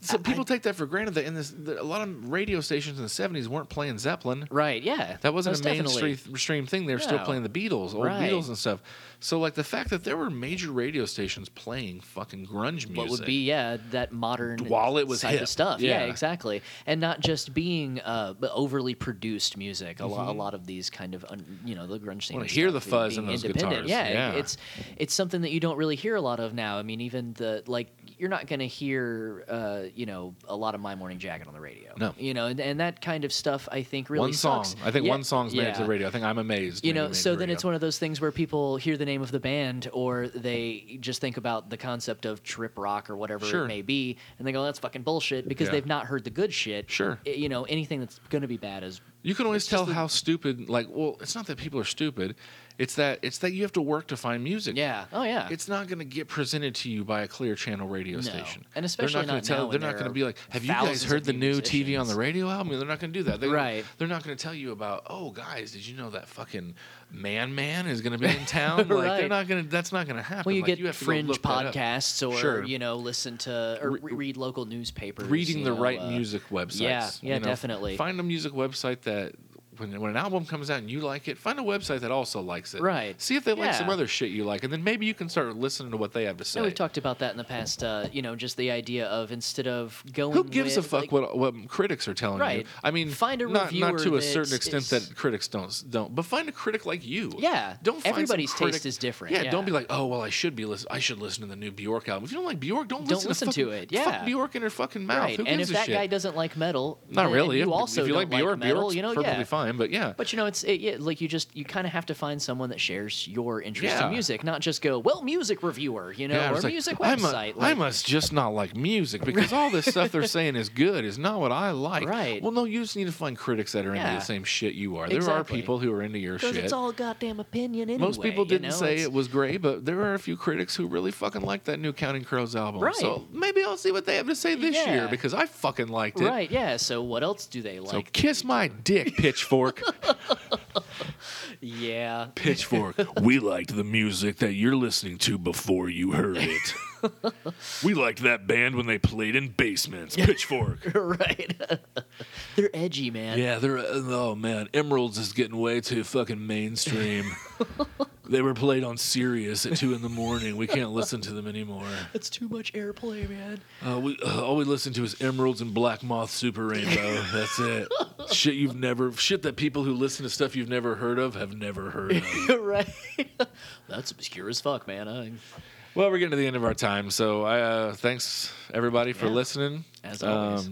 S1: So
S2: I- I-
S1: people take that for granted that in this, that a lot of radio stations in the '70s weren't playing Zeppelin.
S2: right? Yeah,
S1: That wasn't
S2: most
S1: a mainstream
S2: definitely.
S1: stream thing. They were still
S2: No.
S1: playing the Beatles, old
S2: Right.
S1: Beatles and stuff. So like the fact that there were major radio stations playing fucking grunge music.
S2: What would be yeah that modern
S1: While it was
S2: type
S1: hip.
S2: of stuff? Yeah.
S1: Yeah.
S2: exactly, and not just being uh, but overly produced music. A, lot, a lot of these kind of un, you know the grunge
S1: Mm-hmm.
S2: scene.
S1: Wanna
S2: and
S1: hear
S2: stuff,
S1: the fuzz
S2: being
S1: in those
S2: independent.
S1: guitars.
S2: Yeah, it-
S1: Yeah.
S2: it's it's something that you don't really hear a lot of now. I mean, even the like you're not going to hear uh, you know a lot of My Morning Jacket on the radio.
S1: No.
S2: you know, and, and that kind of stuff I think really
S1: one song.
S2: sucks.
S1: I think
S2: Yeah,
S1: one song's made it to
S2: yeah.
S1: the radio. I think I'm amazed.
S2: You
S1: made it
S2: know,
S1: to
S2: so
S1: the
S2: then
S1: radio.
S2: it's one of those things where people hear the name of the band or they just think about the concept of trip rock or whatever it
S1: Sure.
S2: may be, and they go, "That's fucking bullshit," because
S1: Yeah.
S2: they've not heard the good shit.
S1: Sure.
S2: I- you know, anything that's going to be bad is
S1: You can always tell how stupid. Like, well, it's not that people are stupid. It's that it's that you have to work to find music.
S2: yeah. Oh yeah.
S1: It's not going to get presented to you by a clear channel radio
S2: No.
S1: station,
S2: And especially
S1: they're not, gonna
S2: not now
S1: tell.
S2: when
S1: They're not
S2: there
S1: going
S2: are
S1: to be like, "Have you guys
S2: thousands
S1: heard
S2: of
S1: the
S2: new
S1: new TV on
S2: musicians."
S1: the radio album?" They're not going to do that. They're,
S2: Right.
S1: They're not going to tell you about, "Oh, guys, did you know that fucking Man Man is going to be in
S2: <laughs>
S1: town?" Like,
S2: Right.
S1: they're not going to. That's not going to happen.
S2: well, you
S1: Like,
S2: get
S1: have to go
S2: fringe
S1: look that up.
S2: podcasts or
S1: Sure.
S2: you know listen to or re- read local newspapers.
S1: reading
S2: you
S1: the
S2: know,
S1: right
S2: uh,
S1: music websites.
S2: yeah,
S1: you know.
S2: definitely.
S1: Find a music website that when, when an album comes out and you like it, find a website that also likes it.
S2: Right.
S1: See if they like some
S2: Yeah.
S1: other shit you like, and then maybe you can start listening to what they have to say.
S2: No, we've talked about that in the past. Uh, you know, just the idea of instead of going.
S1: Who gives
S2: with,
S1: a fuck
S2: like-
S1: what what critics are telling you?
S2: Right.
S1: I mean,
S2: Find a
S1: not, not to
S2: reviewer
S1: a certain
S2: that
S1: extent
S2: is-
S1: that critics don't don't, but find a critic like you.
S2: Yeah.
S1: Don't find some
S2: Everybody's taste
S1: critic-
S2: is different,
S1: Yeah, Don't
S2: yeah.
S1: be like, oh well, I should be listen. I should listen to the new Bjork album. If you don't like Bjork, don't,
S2: Don't listen to
S1: fucking-
S2: it, yeah.
S1: Fuck Bjork in her fucking mouth.
S2: Right.
S1: Who
S2: and if
S1: gives a
S2: that
S1: shit?
S2: guy doesn't like metal,
S1: not
S2: then
S1: really. If-
S2: You also
S1: if you
S2: don't
S1: like Bjork,
S2: metal,
S1: Bjork's
S2: you know,
S1: perfectly
S2: yeah.
S1: fine. But yeah,
S2: But you know, it's it, yeah, like you just you kind of have to find someone that shares your interest
S1: Yeah.
S2: in music, not just go well, music reviewer, you know,
S1: Yeah, I
S2: or
S1: was like,
S2: music
S1: I mu-
S2: website.
S1: I
S2: like-
S1: must just not like
S2: <laughs>
S1: music because all this stuff they're saying is good is not what I like.
S2: Right.
S1: Well, no, you just need to find critics that are into
S2: Yeah.
S1: the same shit you are. There
S2: Exactly.
S1: are people who are into your
S2: because
S1: shit.
S2: it's all goddamn opinion anyway.
S1: Most people
S2: you
S1: didn't
S2: know?
S1: say
S2: It's-
S1: it was great, but there are a few critics who really fucking like that new Counting Crows album.
S2: Right.
S1: So maybe I'll see what they have to say this
S2: Yeah.
S1: year because I fucking liked it.
S2: Right, yeah. So what else do they
S1: So
S2: like?
S1: kiss my <laughs> dick, Pitchfork.
S2: yeah, <laughs>
S1: Pitchfork. We liked the music that you're listening to before you heard <laughs> it. we liked that band when they played in basements. Pitchfork.
S2: right. <laughs> They're edgy, man.
S1: <laughs> Yeah, they're uh, oh man, Emeralds is getting way too fucking mainstream. <laughs> they were played on Sirius at two in the morning. We can't listen to them anymore.
S2: That's too much airplay, man.
S1: Uh, we uh, all we listen to is Emeralds and Black Moth Super <laughs> Rainbow. That's it. shit you've never shit that people who listen to stuff you've never heard of have never heard of.
S2: <laughs> right. That's obscure as fuck, man. I,
S1: <laughs> well, we're getting to the end of our time, so uh, thanks everybody for
S2: Yeah.
S1: listening. Um,
S2: As always.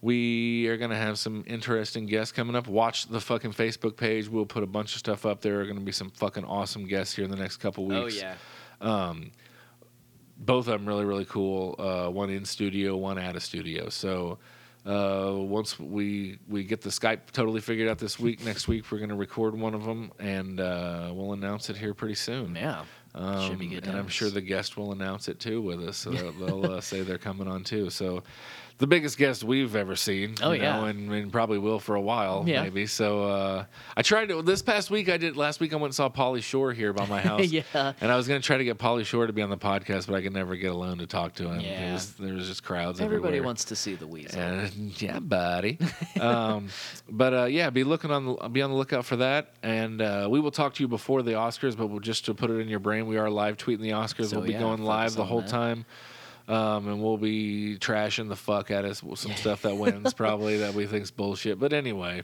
S1: we are going to have some interesting guests coming up. Watch the fucking Facebook page. We'll put a bunch of stuff up. There are going to be some fucking awesome guests here in the next couple
S2: oh
S1: weeks.
S2: yeah.
S1: Both of them really, really cool. Uh, one in studio, one out of studio. So uh, once we we get the Skype totally figured out this week, next week we're going to record one of them and uh, we'll announce it here pretty soon.
S2: Yeah. Should be
S1: Um,
S2: good.
S1: And I'm
S2: times.
S1: sure the guest will announce it too with us. So they'll- they'll uh, say they're coming on too. So the biggest guest we've ever seen.
S2: Oh,
S1: you know,
S2: yeah.
S1: and, and probably will for a while,
S2: Yeah.
S1: maybe. So uh, I tried to, this past week, I did, last week I went and saw Polly Shore here by
S2: <laughs>
S1: my house.
S2: Yeah.
S1: And I was going to try to get Polly Shore to be on the podcast, but I could never get alone to talk to him. He
S2: Yeah.
S1: was- there was just crowds
S2: everybody
S1: everywhere.
S2: wants to see the weasel.
S1: And, yeah, buddy. um, <laughs> but uh, yeah, be looking on the, be on the lookout for that. And uh, we will talk to you before the Oscars, but we'll, just to put it in your brain, we are live tweeting the Oscars.
S2: So,
S1: we'll be
S2: yeah,
S1: going
S2: focus
S1: live the
S2: on
S1: whole
S2: that.
S1: time. Um, and we'll be trashing the fuck out of some stuff that wins, probably that we think's bullshit. But anyway,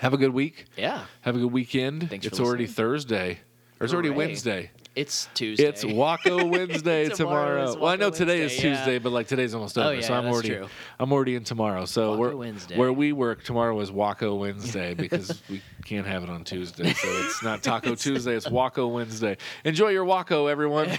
S1: have a good week.
S2: Yeah.
S1: Have a good weekend.
S2: Thanks for
S1: it's already
S2: listening.
S1: Thursday, or it's already
S2: Hooray.
S1: Wednesday.
S2: It's Tuesday.
S1: It's
S2: <laughs>
S1: Waco Wednesday
S2: Tomorrow
S1: tomorrow.
S2: is
S1: Well, I know
S2: Waco
S1: today is
S2: Wednesday, yeah. Oh,
S1: Tuesday, but like today's almost over,
S2: yeah,
S1: so I'm
S2: that's
S1: already
S2: true.
S1: I'm already in tomorrow. So
S2: Waco
S1: we're,
S2: Wednesday.
S1: where we work tomorrow is
S2: <laughs>
S1: Waco Wednesday because we can't have it on Tuesday.
S2: <laughs> <laughs>
S1: So it's not Taco Tuesday. It's Waco Wednesday. Enjoy your Waco, everyone.